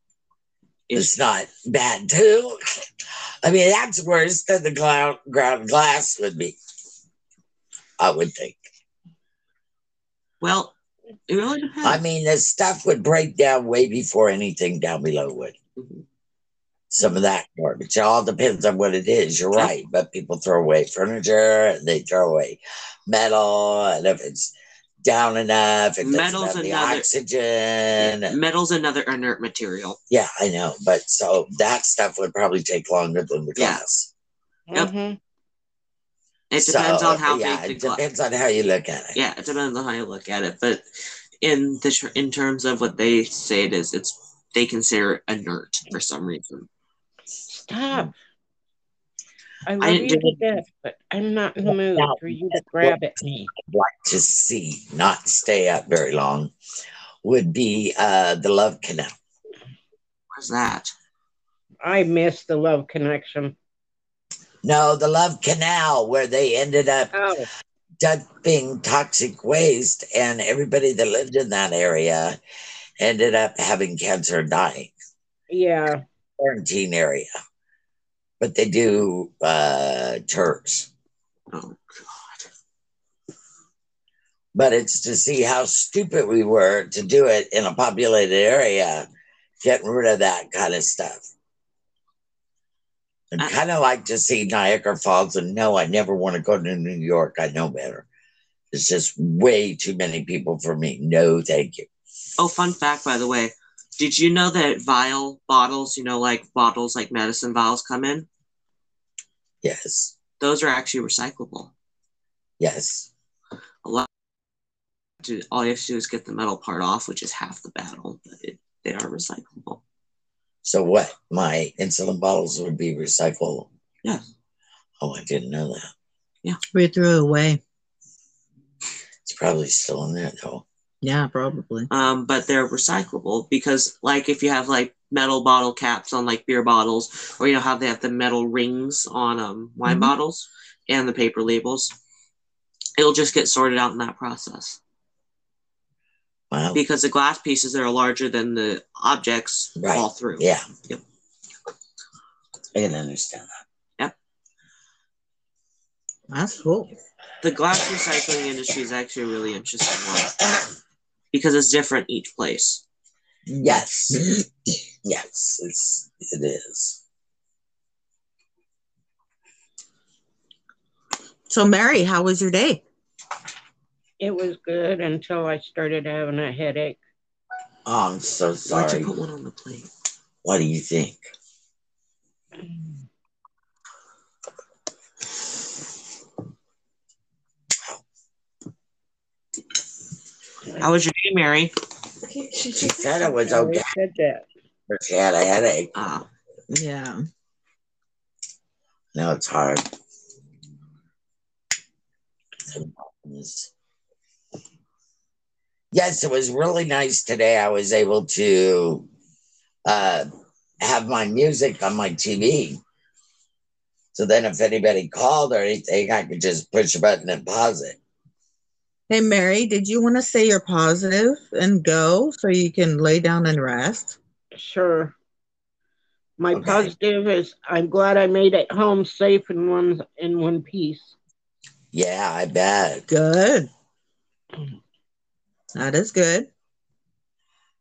A: It's-
B: is not bad, too. I mean, that's worse than the ground, ground glass would be, I would think.
A: well, it really depends.
B: I mean, this stuff would break down way before anything down below would.
A: Mhm.
B: Some of that garbage. It all depends on what it is. You're
A: Yeah.
B: right. But people throw away furniture and they throw away metal. And if it's down enough. It doesn't
A: Metal's
B: have the
A: another-
B: oxygen.
A: Metal's another inert material.
B: Yeah, I know. But so that stuff would probably take longer than the
A: Yeah.
B: glass.
A: Yep.
E: Mhm.
A: It depends
B: So,
A: on how
B: yeah,
A: big
B: it
A: the glass.
B: depends on how you look at it.
A: Yeah, it depends on how you look at it. But in the tr- in terms of what they say it is, it's they consider it inert for some reason.
E: Stop. I love
A: didn't
E: you
A: do
E: to death, but I'm not in the mood
B: No.
E: for you to grab at me.
B: To see, not stay up very long, would be uh, the Love Canal.
A: Where's that?
E: I miss the love connection.
B: No, the Love Canal, where they ended up
E: Oh,
B: dumping toxic waste, and everybody that lived in that area ended up having cancer and dying.
E: yeah.
B: Quarantine area, but they do uh, tours.
A: Oh,
B: But it's to see how stupid we were to do it in a populated area, getting rid of that kind of stuff. I
A: Uh.
B: kind of like to see Niagara Falls, and no, I never want to go to New York. I know better. It's just way too many people for me. No, thank you.
A: oh, fun fact by the way, did you know that vial bottles, you know, like bottles like medicine vials come in?
B: Yes.
A: Those are actually recyclable.
B: Yes.
A: A lot. To, all you have to do is get the metal part off, which is half the battle. But it, they are recyclable.
B: So what? My insulin bottles would be recyclable.
A: Yeah.
B: Oh, I didn't know that.
F: We threw it away.
B: It's probably still in there though.
F: Yeah, probably.
A: um, but they're recyclable because like if you have like metal bottle caps on like beer bottles or you know how they have the metal rings on um, wine
B: Mm-hmm.
F: Mhm.
A: bottles and the paper labels it'll just get sorted out in that process
B: Wow.
A: because the glass pieces that are larger than the objects
B: Right.
A: fall through
B: Yeah.
A: Yep.
B: I can understand that.
F: That's cool.
A: the glass recycling industry is actually a really interesting one because it's different each place
B: Yes. yes, it's it is.
F: So, Mary, how was your day?
E: It was good until I started having a headache.
B: Oh, I'm so
A: why'd
B: sorry.
A: you put one on the plate
B: What do you think?
A: how was your day mary
C: She,
B: She
C: she,
B: said it was
E: I already
B: okay.
E: said that.
B: but She had a headache.
A: uh,
D: Ah,
F: Yeah.
B: Now it's hard. Yes, it was really nice today. I was able to uh, have my music on my TV. So then, if anybody called or anything, I could just push a button and pause it.
F: Hey, Mary, did you want to say you're positive and go so you can lay down and rest?
E: Sure. My
B: Okay.
E: positive is I'm glad I made it home safe and one in one piece.
B: Yeah, I bet.
F: Good. That is good.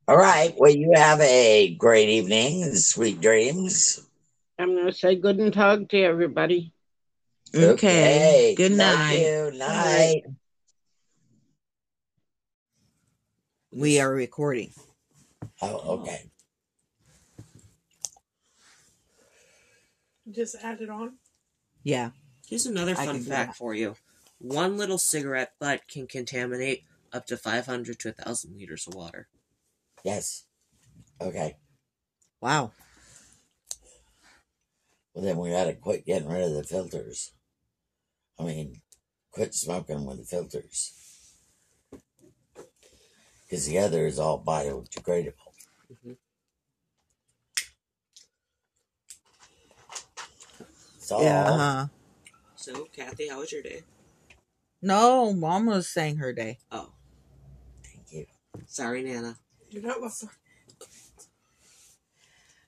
B: All right. Well, you have a great evening and sweet dreams.
E: I'm gonna say good and talk to everybody.
F: Okay. Good
B: Love
F: night.
B: you. Night.
F: We are recording.
B: Oh, okay.
C: just added on.
F: Yeah.
A: Here's another
F: I
A: fun
F: can do
A: fact
F: that.
A: for you. One little cigarette butt can contaminate up to 500 to 1,000 liters of water.
B: Yes. Okay.
F: Wow.
B: Well, then we gotta quit getting rid of the filters. I mean, quit smoking with the filters. Because the other is all biodegradable.
A: Mhm.
B: It's all
F: Yeah.
D: uh-huh.
F: huh.
A: So, Kathy, how was your day?
F: No, mom was saying her day.
A: Oh,
B: thank you.
A: sorry, Nana.
C: You know what's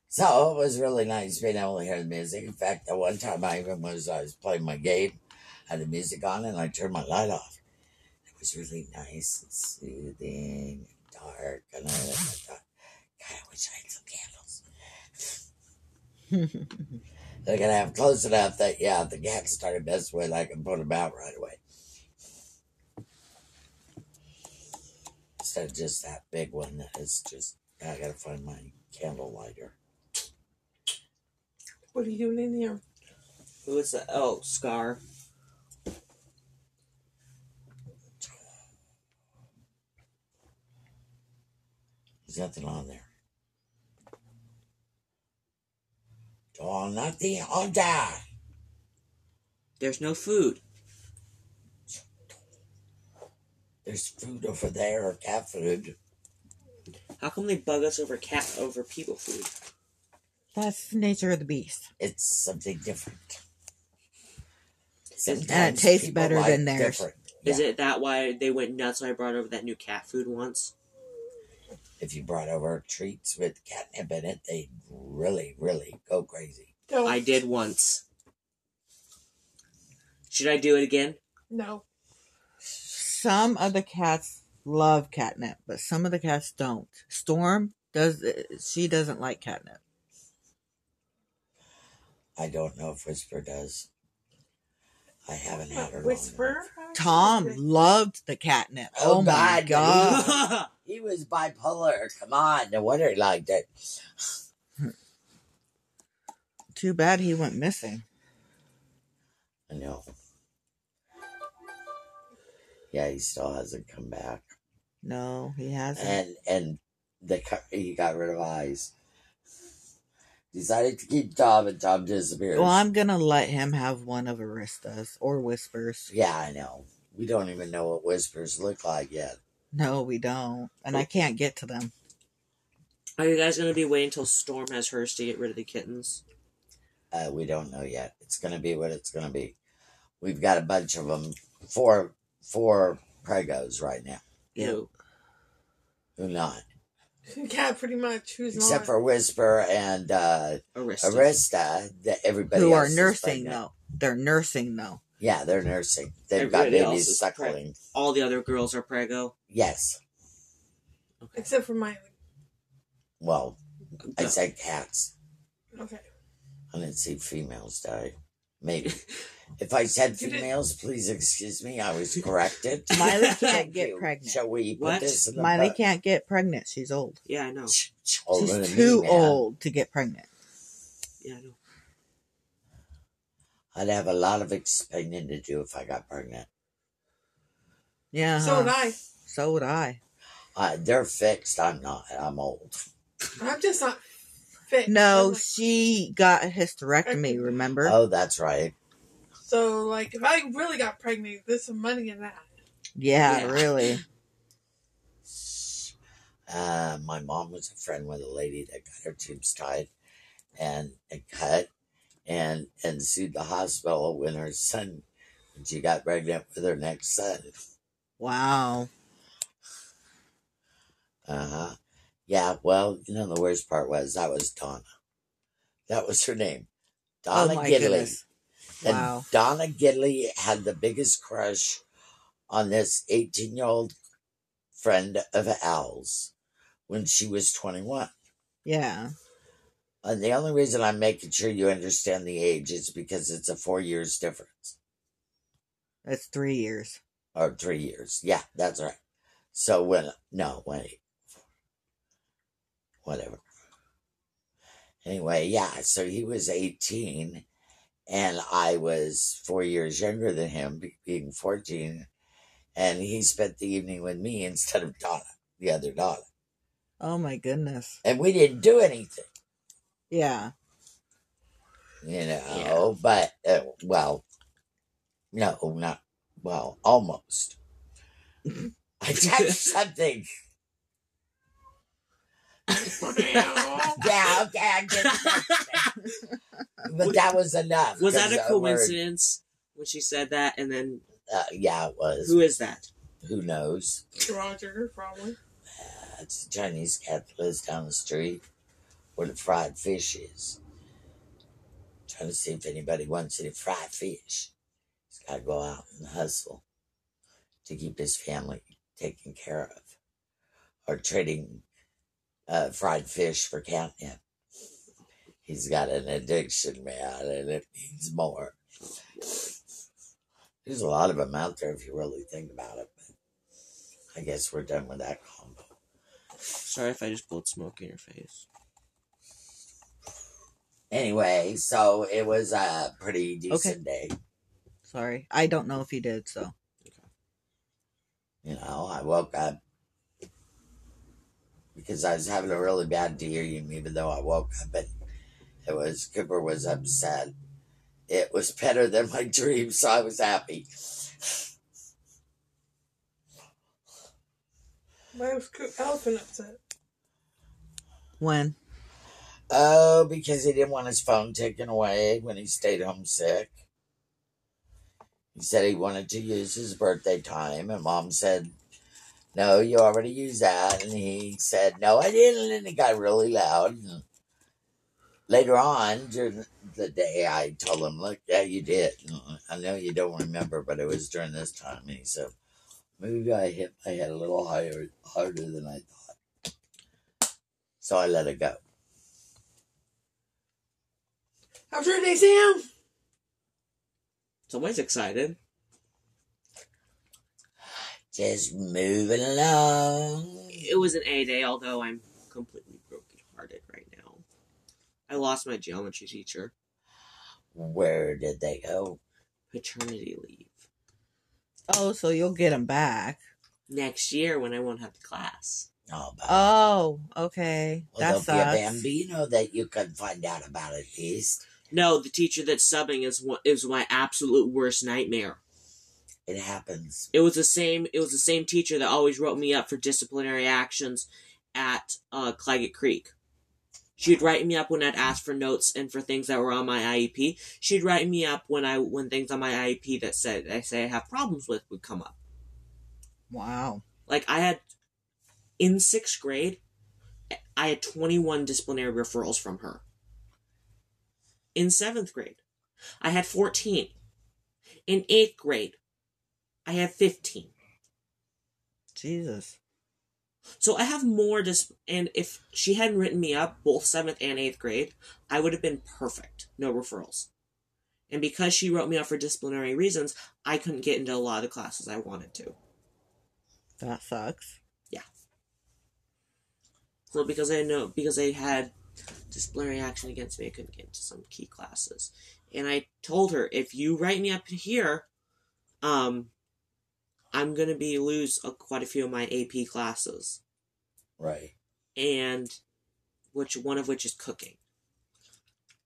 B: So it was really nice being able to hear the music. In fact, the one time I even was I was playing my game, I had the music on and I turned my light off. It was really nice and soothing and dark and I thought, God, I wish I had some candles. They're gonna have close enough that yeah, if the cat started messing with it, I can put them out right away. instead of just that big one. It's just I gotta find my candle lighter.
C: What are you doing in here?
A: Who is that? Oh, Scar.
B: There's nothing on there. Oh, nothing on there.
A: There's no food.
B: There's food over there, or cat food.
A: How come they bug us over cat over people food?
D: That's the nature of the beast.
B: It's something different.
D: And it tastes
B: people
D: better
B: like
D: than theirs.
B: different.
A: Is it that why they went nuts when I brought over that new cat food once?
B: If you brought over treats with catnip in it, they really, really go crazy.
C: No.
A: I did once. Should I do it again?
C: no.
D: Some of the cats love catnip, but some of the cats don't. Storm does. She doesn't like catnip.
B: I don't know if Whisper does. I haven't had her. long
C: Whisper.
B: enough.
D: Tom loved the catnip.
B: Oh,
D: Oh, my
B: God,
D: god!
B: He was bipolar. Come on, no wonder he liked it.
D: Too bad he went missing.
B: I know. Yeah, he still hasn't come back.
D: No, he hasn't.
B: and and the co- he got rid of eyes. Decided to keep Tom, and Tom disappears.
D: Well, I'm gonna let him have one of Arista's or Whispers.
B: yeah, I know. We don't even know what whispers look like yet.
D: No, we don't, and I can't get to them.
A: Are you guys gonna be waiting until Storm has hers to get rid of the kittens?
B: Uh, we don't know yet. It's gonna be what it's gonna be. We've got a bunch of them. Four four pregos right now.
D: Yeah.
A: No.
B: Who not?
C: Yeah, pretty much. Who's
B: Except
C: not?
B: for Whisper and uh,
A: Arista.
B: Arista. That everybody
D: Who are
B: else is
D: nursing
B: pregnant.
D: though? They're nursing though.
B: Yeah, they're nursing. They've
A: Everybody
B: got
A: else
B: babies
A: is
B: suckling.
A: All the other girls are prego.
B: Yes.
C: Except for Miley.
B: Well, I said cats.
C: Okay.
B: I didn't see females die. Maybe. if I said
C: You didn't-
B: females, please excuse me. I was corrected.
D: Miley can't
B: Thank
D: get
B: you.
D: pregnant.
B: Shall we put
A: What?
B: this in the
D: Miley
B: bu-
D: can't get pregnant. She's old.
A: Yeah, I know.
B: She's older
D: She's
B: than
D: too
B: me, man.
D: old to get pregnant.
A: Yeah, I know.
B: I'd have a lot of explaining to do if I got pregnant.
D: Yeah.
C: So
D: huh?
C: would I.
D: So would I.
B: Uh, they're fixed. I'm not. I'm old.
C: I'm just not fit. I'm
D: No,
C: like-
D: she got a hysterectomy.
C: Pregnant.
D: Remember?
B: Oh, that's right.
C: so, like, if I really got pregnant, there's some money in that.
D: yeah,
A: Yeah.
D: really.
B: Uh, my mom was a friend with a lady that got her tubes tied and it cut and and sued the hospital when her son when she got pregnant with her next son.
D: Wow.
B: Uh huh. Yeah, well, you know, the worst part was that was Donna. That was her name. Donna
D: oh my
B: Gidley.
D: goodness.
B: And
D: Wow.
B: Donna Gidley had the biggest crush on this 18 year old friend of Al's when she was 21.
D: Yeah.
B: And Uh, the only reason I'm making sure you understand the age is because it's a four years difference
D: That's three years.
B: or three years. Yeah, that's right. So when, no, wait, whatever. Anyway, yeah, so he was 18 and I was four years younger than him, be- being 14. And he spent the evening with me instead of Donna, the other Donna.
D: Oh my goodness.
B: And we didn't do anything.
D: Yeah.
B: you know, but uh, well, no, not well, almost.
A: Mm-hmm.
B: I typed something. Yeah, okay, I get it. But that was enough.
A: Was that
B: 'cause
A: a
B: the word-
A: coincidence when she said that? And then
B: Uh, yeah, it was.
A: who is that?
B: Who knows?
C: Roger, probably.
B: Uh, it's a Chinese cat that lives down the street where the fried fish is. Trying to see if anybody wants any fried fish. He's got to go out and hustle to keep his family taken care of or trading uh, fried fish for catnip. He's got an addiction, man, and it needs more. There's a lot of them out there if you really think about it. But I guess we're done with that combo.
J: Sorry if I just blowed smoke in your face.
B: Anyway, so it was a pretty decent day.
D: Sorry. I don't know if he did, so.
B: You know, I woke up because I was having a really bad delirium, even though I woke up and it was Cooper was upset. It was better than my dream, so I was happy.
C: Why was Coop Elephant upset?
D: When?
B: Oh, because he didn't want his phone taken away when he stayed home sick. He said he wanted to use his birthday time, and mom said, No, you already used that. And he said, No, I didn't. And it got really loud. And later on during the day, I told him, Look, yeah, you did. And I know you don't remember, but it was during this time. And he said, Maybe I hit my head a little higher, harder than I thought. So I let it go.
C: How's your day, Sam?
A: Someone's excited.
B: Just moving along.
A: It was an A day, although I'm completely brokenhearted right now. I lost my geometry teacher.
B: Where did they go?
A: Paternity leave.
D: Oh, so you'll get him back.
A: Next year when I won't have the class.
B: Oh, but
D: Oh, okay.
B: well,
D: That
B: there'll be a
D: sucks.
B: bambino that you can find out about at least.
A: No, the teacher that's subbing is one, is my absolute worst nightmare.
B: It happens.
A: It was the same. It was the same teacher that always wrote me up for disciplinary actions at uh, Claggett Creek. She'd write me up when I'd ask for notes and for things that were on my IEP. She'd write me up when I when things on my IEP that said I say I have problems with would come up.
D: Wow.
A: Like I had in sixth grade, I had 21 disciplinary referrals from her. In seventh grade, I had 14. In eighth grade, I had 15.
D: Jesus.
A: So I have more dis. And if she hadn't written me up both seventh and eighth grade, I would have been perfect. No referrals. And because she wrote me up for disciplinary reasons, I couldn't get into a lot of the classes I wanted to.
D: That sucks.
A: So because I know because I had disciplinary action against me, I couldn't get into some key classes. And I told her, if you write me up here, um, I'm gonna be lose uh, quite a few of my AP classes,
B: Right.
A: and which one of which is cooking.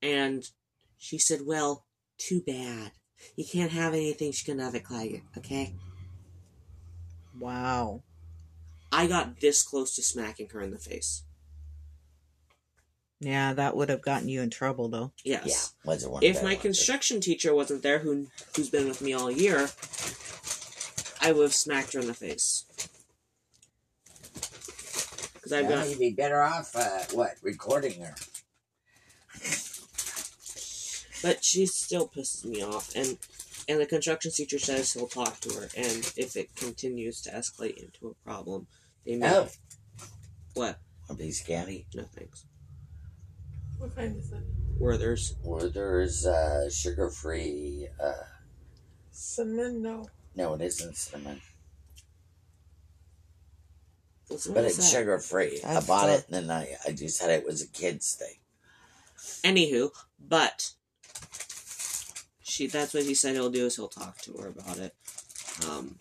A: And she said, "Well, too bad. You can't have anything she can have at Claggett, okay?"
D: Wow.
A: I got this close to smacking her in the face.
D: Yeah, that would have gotten you in trouble though.
A: Yes.
B: Yeah. Was it one
A: if
B: of
A: my
B: those?
A: construction teacher wasn't there who who's been with me all year i would have smacked her in the face because i've
B: Yeah,
A: got
B: you'd be better off, uh, what, recording her.
A: but she still pisses me off and and the construction teacher says he'll talk to her and if it continues to escalate into a problem they may
B: Oh,
A: what
B: a piece of candy.
A: no thanks
C: What kind is it?
A: werther's
B: Werther's uh, sugar free. Uh,
C: Cinnamon? No.
B: no, it isn't cinnamon,
A: What's- what
B: but
A: is
B: it's
A: that?
B: sugar free. I
D: That's
B: bought
D: the-
B: it and then I, I just said it was a kid's thing.
A: anywho but she that's what he said he'll do is he'll talk to her about it um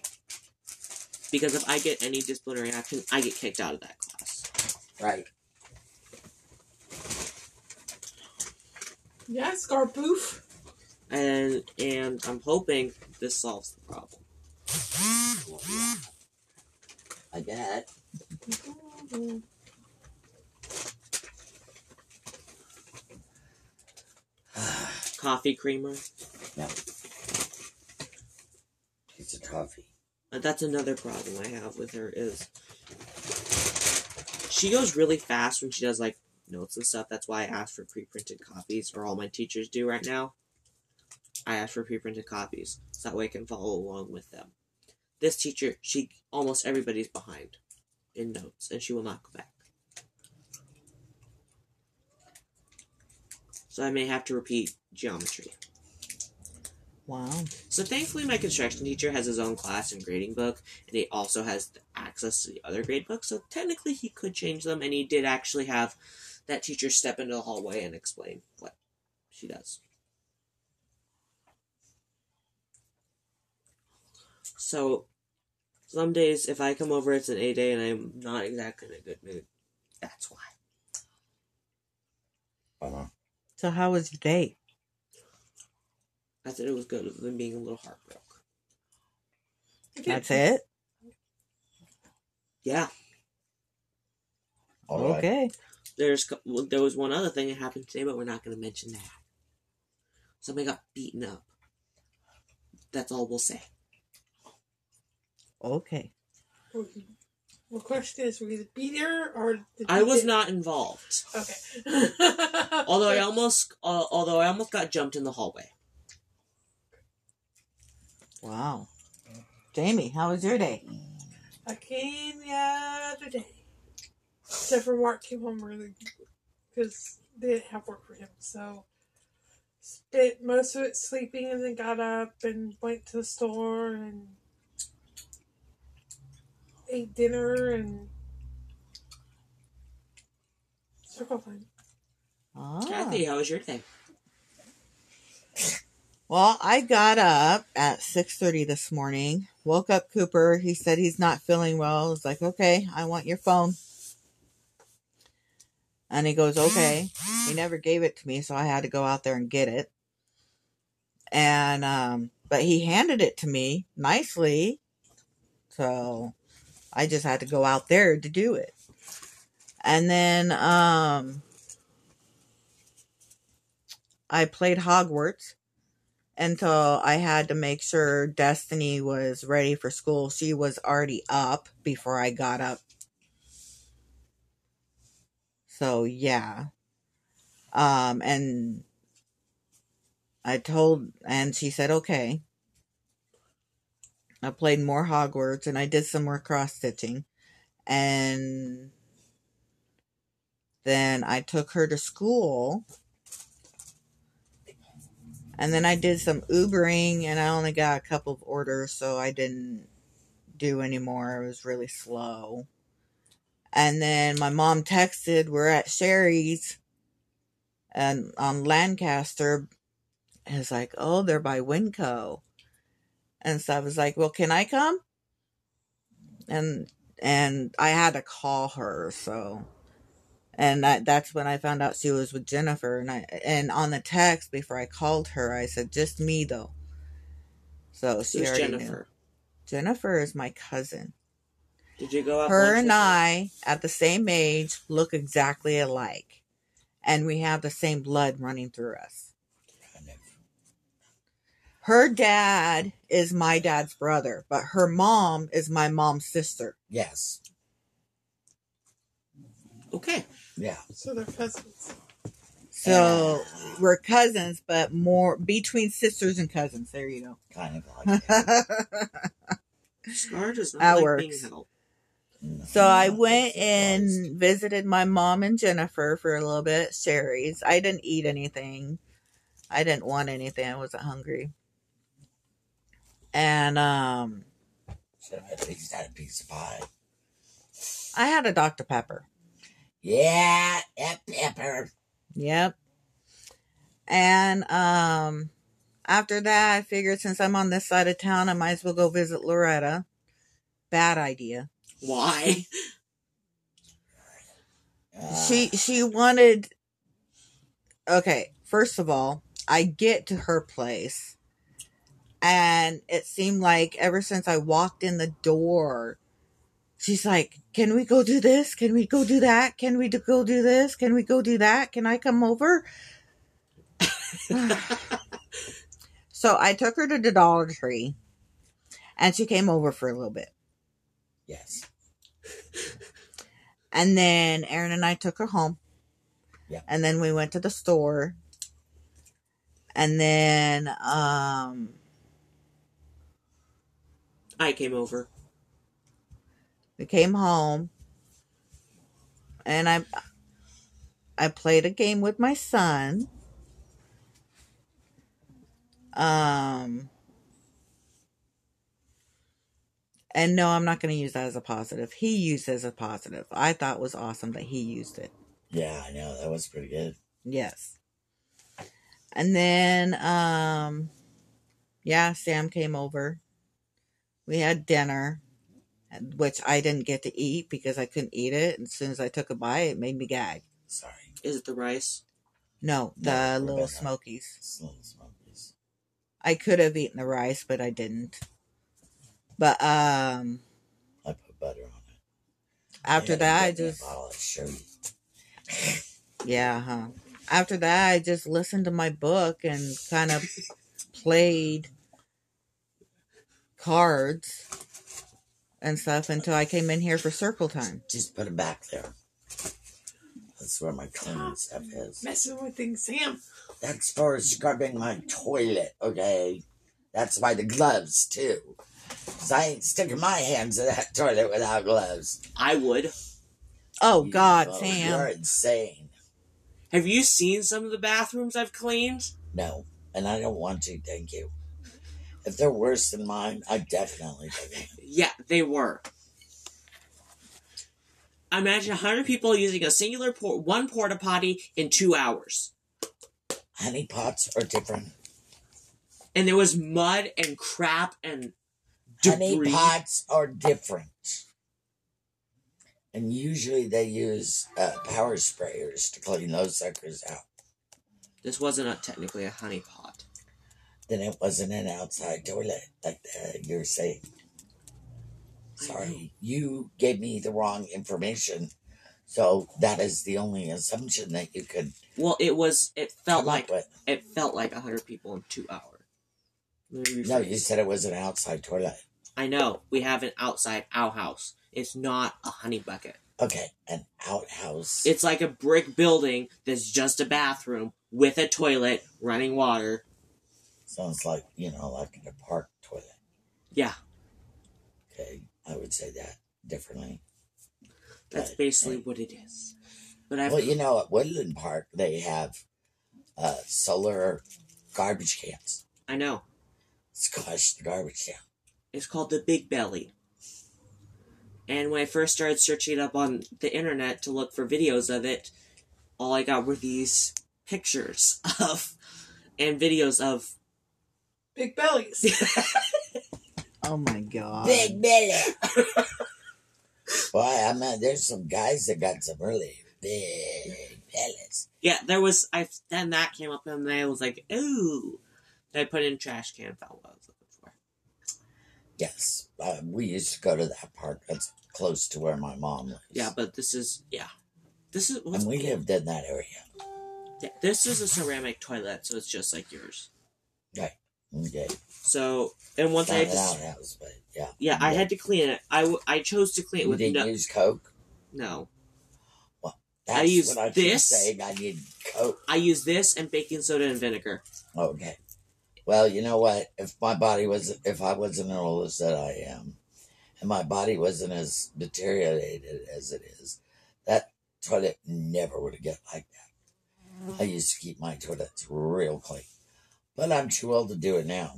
A: because if i get any disciplinary action i get kicked out of that class
B: Right.
C: Yes, Garpoof.
A: and and i'm hoping this solves the problem
B: I bet.
A: coffee creamer
B: No. Piece of coffee.
A: But that's another problem i have with her is she goes really fast when she does like notes and stuff that's why i asked for pre-printed copies or all my teachers do right now i ask for pre-printed copies so that way i can follow along with them this teacher she almost everybody's behind in notes and she will not go back so i may have to repeat geometry
D: Wow.
A: So thankfully, my construction teacher has his own class and grading book, and he also has access to the other grade books. So technically, he could change them, and he did actually have that teacher step into the hallway and explain what she does. So some days, if I come over, it's an A day, and I'm not exactly in a good mood. That's why.
K: Uh-huh.
D: So how was your date?
A: I said it was good, other than being a little heartbroken.
D: That's it.
A: Yeah.
K: All right.
D: Okay.
A: There's co- well, there was one other thing that happened today, but we're not going to mention that. Somebody got beaten up. That's all we'll say.
D: Okay.
C: Oh, The question is, were you the beater or the
A: I was
C: beater?
A: not involved,
C: Okay.
A: although I almost uh, although I almost got jumped in the hallway.
D: Wow. Jamie, how was your day?
C: I came the other day. Except for Mark came home early because they didn't have work for him. So spent most of it sleeping and then got up and went to the store and ate dinner and circle fun.
D: Ah.
A: Kathy, how was your day?
D: Well, I got up at 6:30 this morning. Woke up Cooper. He said he's not feeling well. I was like, "Okay, I want your phone." And he goes, "Okay." He never gave it to me, so I had to go out there and get it. And um but he handed it to me nicely. So, I just had to go out there to do it. And then um I played Hogwarts until I had to make sure Destiny was ready for school. She was already up before I got up. So yeah. Um and I told and she said okay. I played more Hogwarts and I did some more cross stitching and then I took her to school and then I did some Ubering, and I only got a couple of orders, so I didn't do anymore. It was really slow. And then my mom texted, "We're at Sherry's, and on Lancaster." And it's like, "Oh, they're by Winco," and so I was like, "Well, can I come?" And and I had to call her, so and that, that's when I found out she was with Jennifer. And I and on the text before I called her, I said just me though. So she
A: Who's
D: already knew.
A: Jennifer?
D: Jennifer is my cousin.
A: Did you go out?
D: Her
A: lunch with
D: and I, at the same age, look exactly alike, and we have the same blood running through us. Her dad is my dad's brother, but her mom is my mom's sister.
B: Yes.
A: Okay.
B: Yeah.
C: So they're cousins.
D: So we're cousins, but more between sisters and cousins. There you go.
B: Kind of like that.
A: Scar does not
D: That
A: like
D: works.
A: being held.
D: So I
B: Not
D: went
B: surprised.
D: and visited my mom and Jennifer for a little bit. Sherry's. I didn't eat anything. I didn't want anything. I wasn't hungry. And um
B: Should have at least had a piece of pie.
D: I had a Dr. Pepper.
B: Yeah, that pepper.
D: Yep. And um after that I figured since I'm on this side of town I might as well go visit Loretta. Bad idea.
A: Why?
B: Uh,
D: she she wanted okay first of all i get to her place and it seemed like ever since i walked in the door she's like can we go do this can we go do that can we do, go do this can we go do that can i come over so i took her to the dollar tree and she came over for a little bit
B: Yes.
D: and then aaron and i took her home
B: Yeah.
D: and then we went to the store and then um
A: I came over.
D: We came home and I I played a game with my son. Um, and no, I'm not going to use that as a positive. He used it as a positive. I thought it was awesome that he used it.
B: Yeah, I know. That was pretty good.
D: Yes. And then, um, yeah, Sam came over. We had dinner, which I didn't get to eat because I couldn't eat it. And as soon as I took a bite, it made me gag.
B: Sorry.
A: Is it the rice?
D: No,
B: No,
D: the little
B: Rebecca.
D: smokies.
B: It's Little Smokies.
D: I could have eaten the rice, but I didn't. But um,
B: I put butter on it.
D: after
B: gotta
D: that, I
B: get me a
D: just
B: bottle of sherry.
D: yeah, huh. After that, I just listened to my book and kind of played cards and stuff until I came in here for circle time.
B: Just put it back there. That's where my cleaning stuff is.
C: Messing with things, Sam.
B: That's for scrubbing my toilet, okay? That's why the gloves, too. 'Cause I ain't sticking my hands in that toilet without gloves.
A: I would.
D: Oh
B: You-
D: God,
B: oh, You're
D: Sam!
B: insane.
A: Have you seen some of the bathrooms I've cleaned?
B: No, and I don't want to, thank you. If they're worse than mine, I definitely don't want to.
A: Yeah, they were. Imagine 100 people using a singular por- one porta potty in two hours.
B: Honey pots are different.
A: And there was mud and crap and
B: Honey
A: debris.
B: pots are different. And usually they use uh, power sprayers to clean those suckers out.
A: This wasn't a, technically a honey pot.
B: Then it wasn't an outside toilet like uh, you're saying. Sorry, you gave me the wrong information. So that is the only assumption that you could
A: Well, it was. It
B: come
A: felt like
B: up with.
A: it felt like 100 people in two hours.
B: No, you said it was an outside toilet.
A: I know we have an outside outhouse. It's not a honey bucket.
B: Okay, an outhouse.
A: It's like a brick building that's just a bathroom with a toilet, running water.
B: Sounds like, you know, like in a park toilet.
A: Yeah,
B: Okay, I would say that differently.
A: that's
B: Right,
A: basically
B: right.
A: what it is. But I've
B: Well, you know, at Woodland Park, they have uh, solar garbage cans.
A: I know
B: Squash the garbage can.
A: it's called the Big Belly. And when I first started searching it up on the internet to look for videos of it, all I got were these pictures of and videos of
C: Big bellies.
D: Oh my
A: Uh,
D: God!
B: Big belly. Boy, I mean, there's some guys that got some really big bellies.
A: Yeah, there was. I then that came up, and I was like, "Ooh!" And I put in trash can. Found what I was looking for.
B: Yes, uh, we used to go to that park. That's close to where my mom lives.
A: Yeah, but this is yeah, this is
B: and we lived in that area.
A: yeah, this is a ceramic toilet, so it's just like yours.
B: Okay,
A: So and once
B: not
A: I had
B: an
A: to, s-
B: outhouse, but yeah,
A: yeah, I had to clean it. I w- I chose to clean it
B: You
A: with
B: didn't
A: no
B: use Coke.
A: no.
B: That's
A: I used
B: what I
A: this.
B: keep saying. I need Coke.
A: I used this and baking soda and vinegar.
B: Okay. Well, you know what? If my body was, if I wasn't as old as that I am, and my body wasn't as deteriorated as it is, that toilet never would have got like that. I used to keep my toilets real clean, but I'm too old to do it now.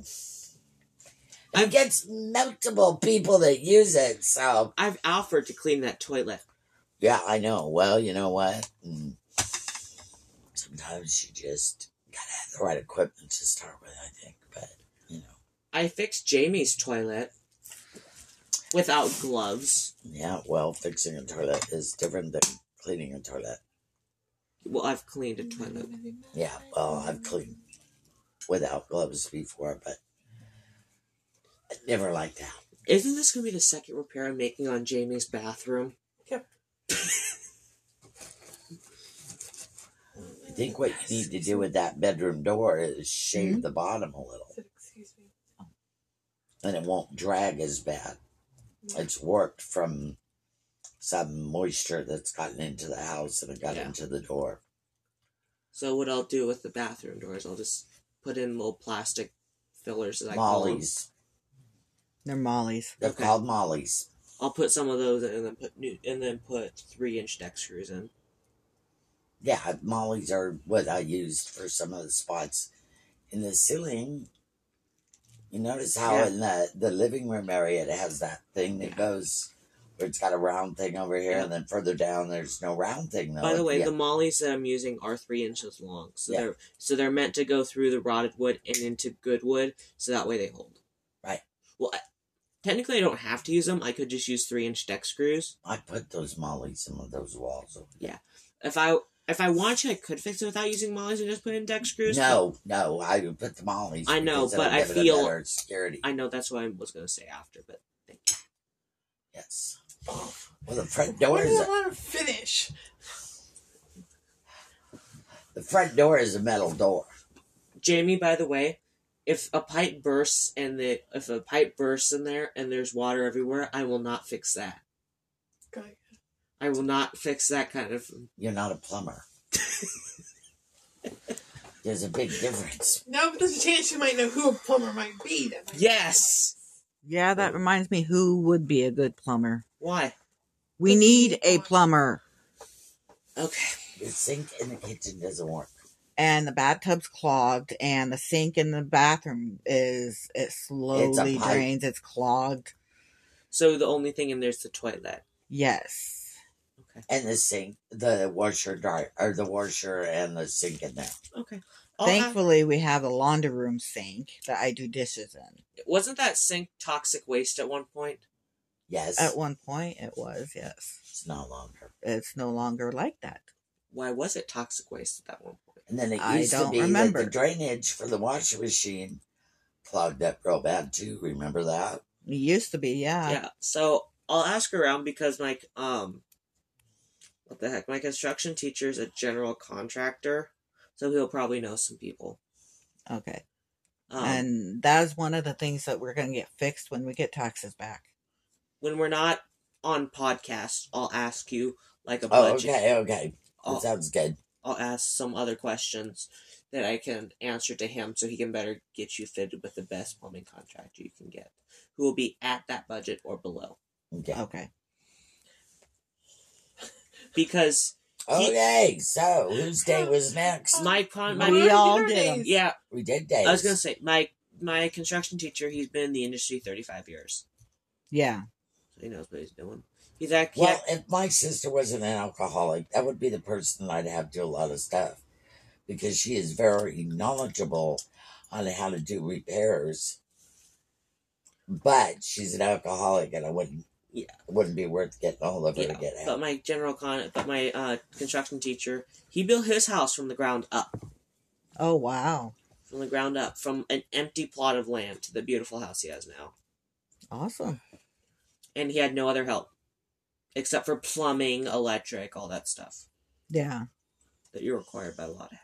B: It gets multiple people that use it, so
A: I've offered to clean that toilet.
B: yeah, I know. Well, you know what? Mm. Sometimes you just gotta have the right equipment to start with, I think. But you know,
A: I fixed Jamie's toilet without gloves.
B: yeah. Well, fixing a toilet is different than cleaning a toilet.
A: Well, I've cleaned a toilet.
B: Yeah, well, I've cleaned without gloves before, but I never like that.
A: Isn't this gonna be the second repair I'm making on Jamie's bathroom?
B: I think what you need to do with that bedroom door is shave the bottom a little,
C: Said, Excuse me.
B: and it won't drag as bad. It's warped from some moisture that's gotten into the house and it got
A: Yeah.
B: into the door.
A: So what I'll do with the bathroom doors, I'll just put in little plastic fillers that I call 'em.
B: Molly's.
D: They're mollies.
B: They're
A: Okay.
B: called Molly's.
A: I'll put some of those in and then put new and then put three inch deck screws in.
B: Yeah, Molly's are what I used for some of the spots in the ceiling You notice how
A: Yeah.
B: in the, the living room area it has that thing that goes where it's got a round thing over here, and then further down there's no round thing. Though.
A: By the way,
B: Yeah.
A: the mollies that I'm using are three inches long, so
B: Yeah.
A: they're so they're meant to go through the rotted wood and into good wood, so that way they hold.
B: Right.
A: Well, I, technically, I don't have to use them. I could just use three inch deck screws.
B: I put those mollies in those walls. Over there.
A: If I if I want to, I could fix it without using mollies and just put in deck screws.
B: No, no, I would put the mollies.
A: I know,
B: because it'll
A: but I
B: give it a
A: feel-
B: better security.
A: but I know that's what I was going to say after, but thank you.
B: Yes. Well, the front
C: What
B: door
C: does
B: is
C: I
B: a,
C: want to finish?
B: the front door is a metal door.
A: Jamie, by the way, if a pipe bursts and the if a pipe bursts in there and there's water everywhere, I will not fix that.
C: Okay.
A: I will not fix that kind of.
B: You're not a plumber. There's a big difference.
C: No, but there's a chance you might know who a plumber might be. That might
A: Yes.
D: Yeah, that reminds me who would be a good plumber.
A: Why?
D: We need a plumber.
A: Okay.
B: The sink in the kitchen doesn't work.
D: And the bathtub's clogged and the sink in the bathroom is it slowly
B: pipe.
D: drains. It's clogged.
A: So the only thing in there's the toilet.
D: Yes.
B: And the sink, the washer dry, or the washer and the sink in there.
A: Okay. I'll have-
D: Thankfully we have a laundry room sink that I do dishes in.
A: wasn't that sink toxic waste at one point?
B: Yes.
A: Uh,
D: At one point it was, yes.
B: It's no longer.
D: It's no longer like that.
A: Why was it toxic waste at that one point?
B: And then it
D: I
B: used to
D: don't
B: be
D: remember.
B: that the drainage for the washing machine clogged up real bad too. Remember that?
D: It used to be,
B: Uh,
D: yeah.
A: yeah. So I'll ask around because my um, what the heck? My construction teacher is a general contractor, so he'll probably know some people.
D: Okay.
B: Uh-huh.
A: Um,
D: and that is one of the things that we're going to get fixed when we get taxes back.
A: when we're not on podcast, I'll ask you like a
B: Oh,
A: budget.
B: okay, okay. That
A: I'll-
B: sounds good.
A: I'll ask some other questions that I can answer to him so he can better get you fitted with the best plumbing contractor you can get, who will be at that budget or below.
B: Okay.
D: Okay.
A: Because
B: Oh, Okay, so whose day was next?
A: my con, my,
C: Well,
D: We
C: already
D: all
C: our
D: did
C: days.
D: them.
A: yeah,
B: We did days.
A: I was gonna say my my construction teacher. He's been in the industry thirty five years,
D: Yeah.
A: so he knows what he's doing. He's act,
B: Well, if my sister wasn't an alcoholic, that would be the person I'd have do a lot of stuff because she is very knowledgeable on how to do repairs. But she's an alcoholic, and I wouldn't.
A: Yeah.
B: it wouldn't be worth getting all over
A: yeah,
B: to get
A: but
B: help.
A: my general con, but my uh, construction teacher, he built his house from the ground up,
D: Oh wow.
A: from the ground up, from an empty plot of land to the beautiful house he has now.
D: Awesome.
A: and he had no other help except for plumbing, electric, all that stuff
D: Yeah.
A: that you're required by law to have.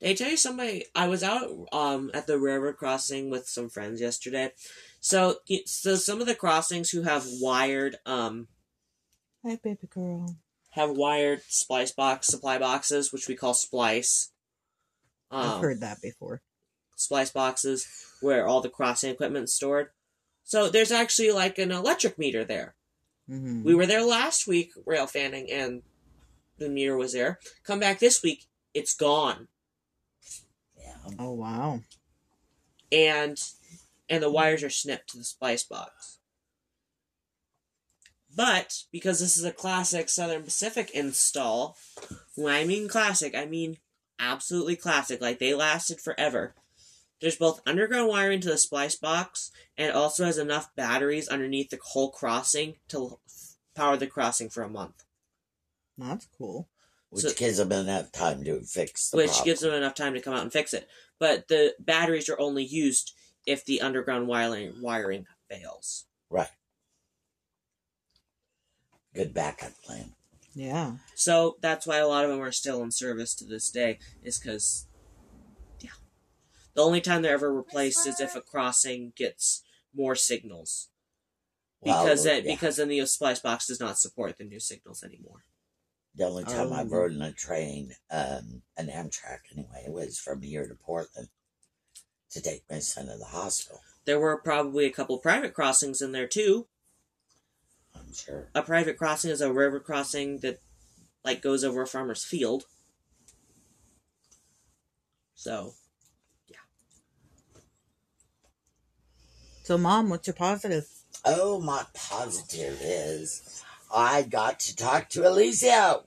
A: They tell you somebody. I was out um at the railroad crossing with some friends yesterday, so so some of the crossings who have wired um
D: Hi, baby girl.
A: have wired splice box supply boxes, which we call splice.
B: Oh.
A: um,
D: I've heard that before.
A: splice boxes where all the crossing equipment's stored. So there's actually like an electric meter there.
D: hmm
A: We were there last week, rail fanning, and the mirror was there. Come back this week, it's gone,
B: Yeah,
D: oh wow.
A: and and the wires are snipped to the splice box. But because this is a classic Southern Pacific install, when I mean classic, I mean absolutely classic. Like they lasted forever. There's both underground wiring to the splice box, and it also has enough batteries underneath the whole crossing to power the crossing for a month.
D: That's cool.
B: which
A: So-
B: gives them enough time to fix the
A: which
B: problem.
A: gives them enough time to come out and fix it. But the batteries are only used if the underground wiring wiring fails.
B: right. Good backup plan.
D: Yeah.
A: So that's why a lot of them are still in service to this day, is because yeah, the only time they're ever replaced is if a crossing gets more signals
B: Well,
A: because that
B: yeah.
A: because then the splice box does not support the new signals anymore.
B: The only time
D: Oh.
B: I've rode in a train, um, an Amtrak anyway, was from here to Portland to take my son to the hospital.
A: There were probably a couple private crossings in there too.
B: I'm sure.
A: A private crossing is a river crossing that like goes over a farmer's field. So
D: So, mom, what's your positive?
B: Oh, my positive is I got to talk to Elisio.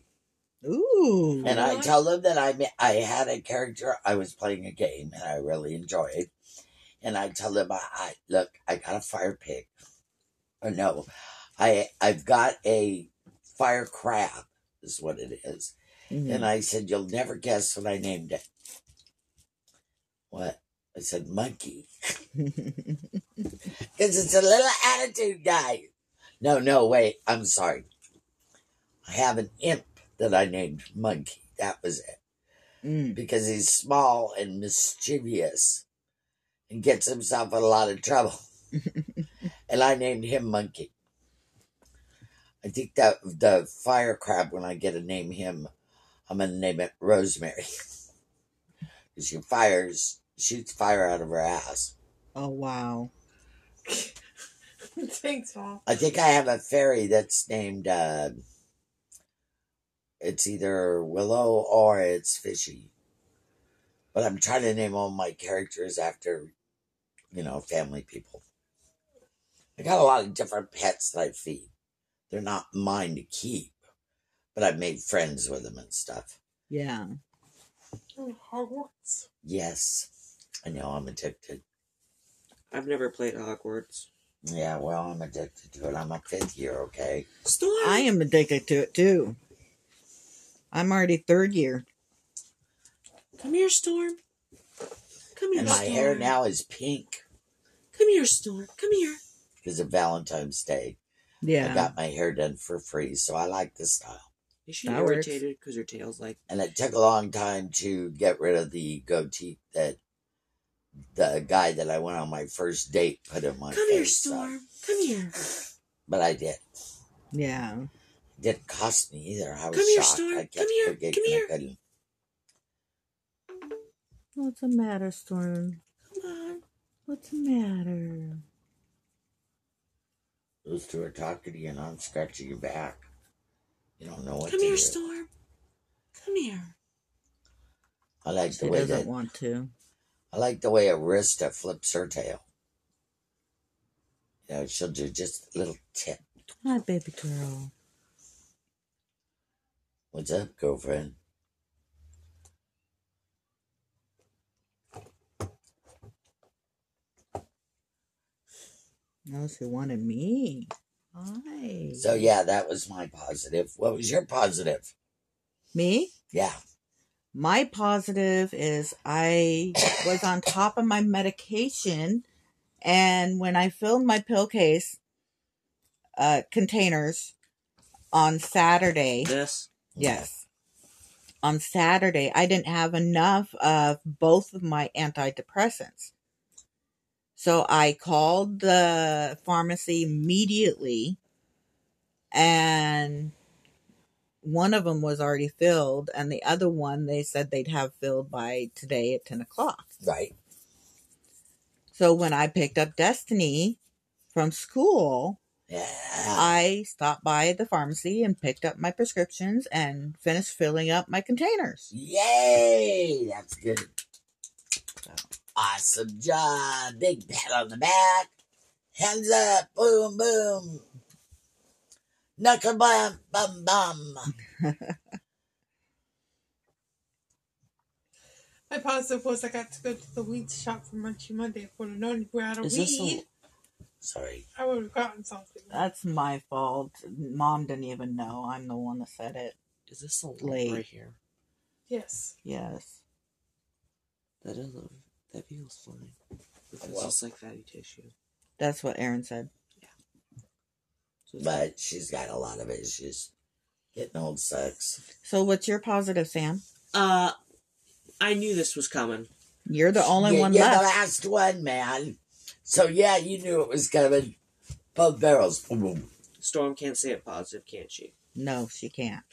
D: Ooh.
B: And I told him that I ma- I had a character. I was playing a game and I really enjoyed. And I told him I, I look, I got a fire pig. Or no, I I've got a fire crab is what it is.
D: Mhm.
B: And I said, you'll never guess what I named it. What? I said monkey
D: Mm-hmm.
B: because it's a little attitude guy. No, no, wait. I'm sorry. I have an imp that I named Monkey. That was it.
D: Mm.
B: Because he's small and mischievous and gets himself in a lot of trouble. and I named him Monkey. I think that the fire crab, when I get to name him, I'm going to name it Rosemary. Because she fires, shoots fire out of her ass.
D: Oh, wow.
C: Thanks, Mom.
B: I think I have a fairy that's named, uh, it's either Willow or it's Fishy. But I'm trying to name all my characters after, you know, family people. I got a lot of different pets that I feed. They're not mine to keep, but I've made friends with them and stuff.
D: Yeah.
C: Oh, Hogwarts.
B: Yes, I know I'm addicted.
A: I've never played Hogwarts.
B: Yeah, well, I'm addicted to it. I'm a fifth year, okay?
A: Still,
D: I am addicted to it too. I'm already third year.
A: Come here, Storm. Come here,
B: And my
A: Storm.
B: hair now is pink
A: Come here, Storm. Come here.
B: because of Valentine's Day.
D: Yeah.
B: I got my hair done for free, so I like the style.
A: Is she
D: That works.
A: irritated because her tail's like?
B: And it took a long time to get rid of the goatee that the guy that I went on my first date put in my
A: Come
B: face.
A: here,
B: so-
A: Storm. Come here.
B: But I did.
D: yeah.
B: didn't cost me either. I was
A: Come here,
B: shocked.
A: Storm.
B: I
A: Come
B: kept
A: here.
B: forgetting
A: Come
B: I
A: here.
B: couldn't.
D: What's the matter, Storm?
A: Come on.
D: What's the matter?
B: Those two are talking to you, and I'm scratching your back. You don't know what
A: Come
B: to
A: here,
B: do.
A: Storm. Come here.
B: I like the
D: She
B: way
D: doesn't
B: that
D: want to.
B: I like the way Arista flips her tail. You know, she'll do just a little tip.
D: Hi, baby girl.
B: What's up, girlfriend?
D: No, she wanted me. Hi.
B: So yeah, that was my positive. What was your positive?
D: Me?
B: Yeah.
D: My positive is I was on top of my medication, and when I filled my pill case uh, containers on Saturday,
A: This.
D: yes, on Saturday, I didn't have enough of both of my antidepressants. So I called the pharmacy immediately, and one of them was already filled, and the other one they said they'd have filled by today at 10 o'clock.
B: Right.
D: So when I picked up Destiny from school,
B: Yeah.
D: I stopped by the pharmacy and picked up my prescriptions and finished filling up my containers.
B: Yay! That's good. Awesome job. Big pat on the back. Hands up. Boom, boom. Knuckle bum, bum, bum.
C: My positive was I got to go to the weed shop for Munchie Monday. If I would have known you were out of
A: Is
C: weed,
A: this a-
B: Sorry.
C: I would have gotten something.
D: That's my fault. Mom didn't even know. I'm the one that said it.
A: Is this a lump
D: Late.
A: right here?
C: Yes.
D: Yes.
A: That is a, that feels fine. Because it's
B: Well.
A: just like fatty tissue.
D: That's what Aaron said.
A: So it's
B: But she's got a lot of issues. Getting old sucks.
D: So what's your positive, Sam?
A: Uh, I knew this was coming.
D: You're the only
B: Yeah,
D: one
B: you're the
D: left.
B: last one, man. So, yeah, you knew it was coming. Both barrels. Boom, boom.
A: Storm can't say it positive, can she?
D: No, she can't.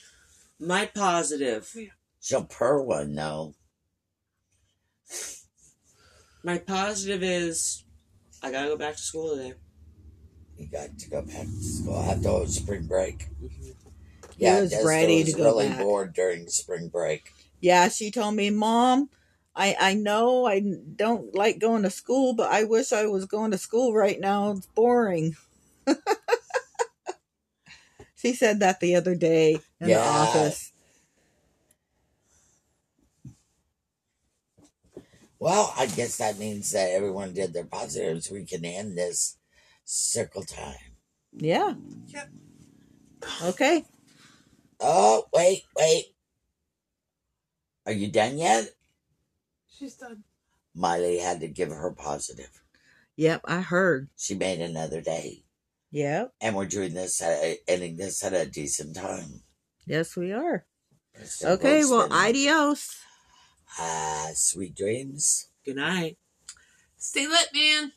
A: My positive.
B: She'll purr one, though.
A: My positive is I gotta go back to school today.
B: You got to go back to school. I have to hold spring break.
D: was
B: Desta
D: ready
B: was
D: to go
B: really
D: back.
B: bored during spring break.
D: Yeah, she told me, Mom, I I know I don't like going to school, but I wish I was going to school right now. It's boring. she said that the other day in
B: Yeah.
D: the office.
B: Well, I guess that means that everyone did their positives. We can end this circle time.
D: Yeah.
C: Yep.
D: Okay.
B: Oh, wait, wait. Are you done yet?
C: She's done.
B: Miley had to give her positive.
D: Yep, I heard.
B: She made another day.
D: Yep.
B: And we're doing this, at a, ending this at a decent time.
D: Yes, we are.
B: So
D: okay,
B: we'll
D: well,
B: spend-
D: adios.
B: Ah, sweet dreams.
A: Good night.
C: Stay lit, man.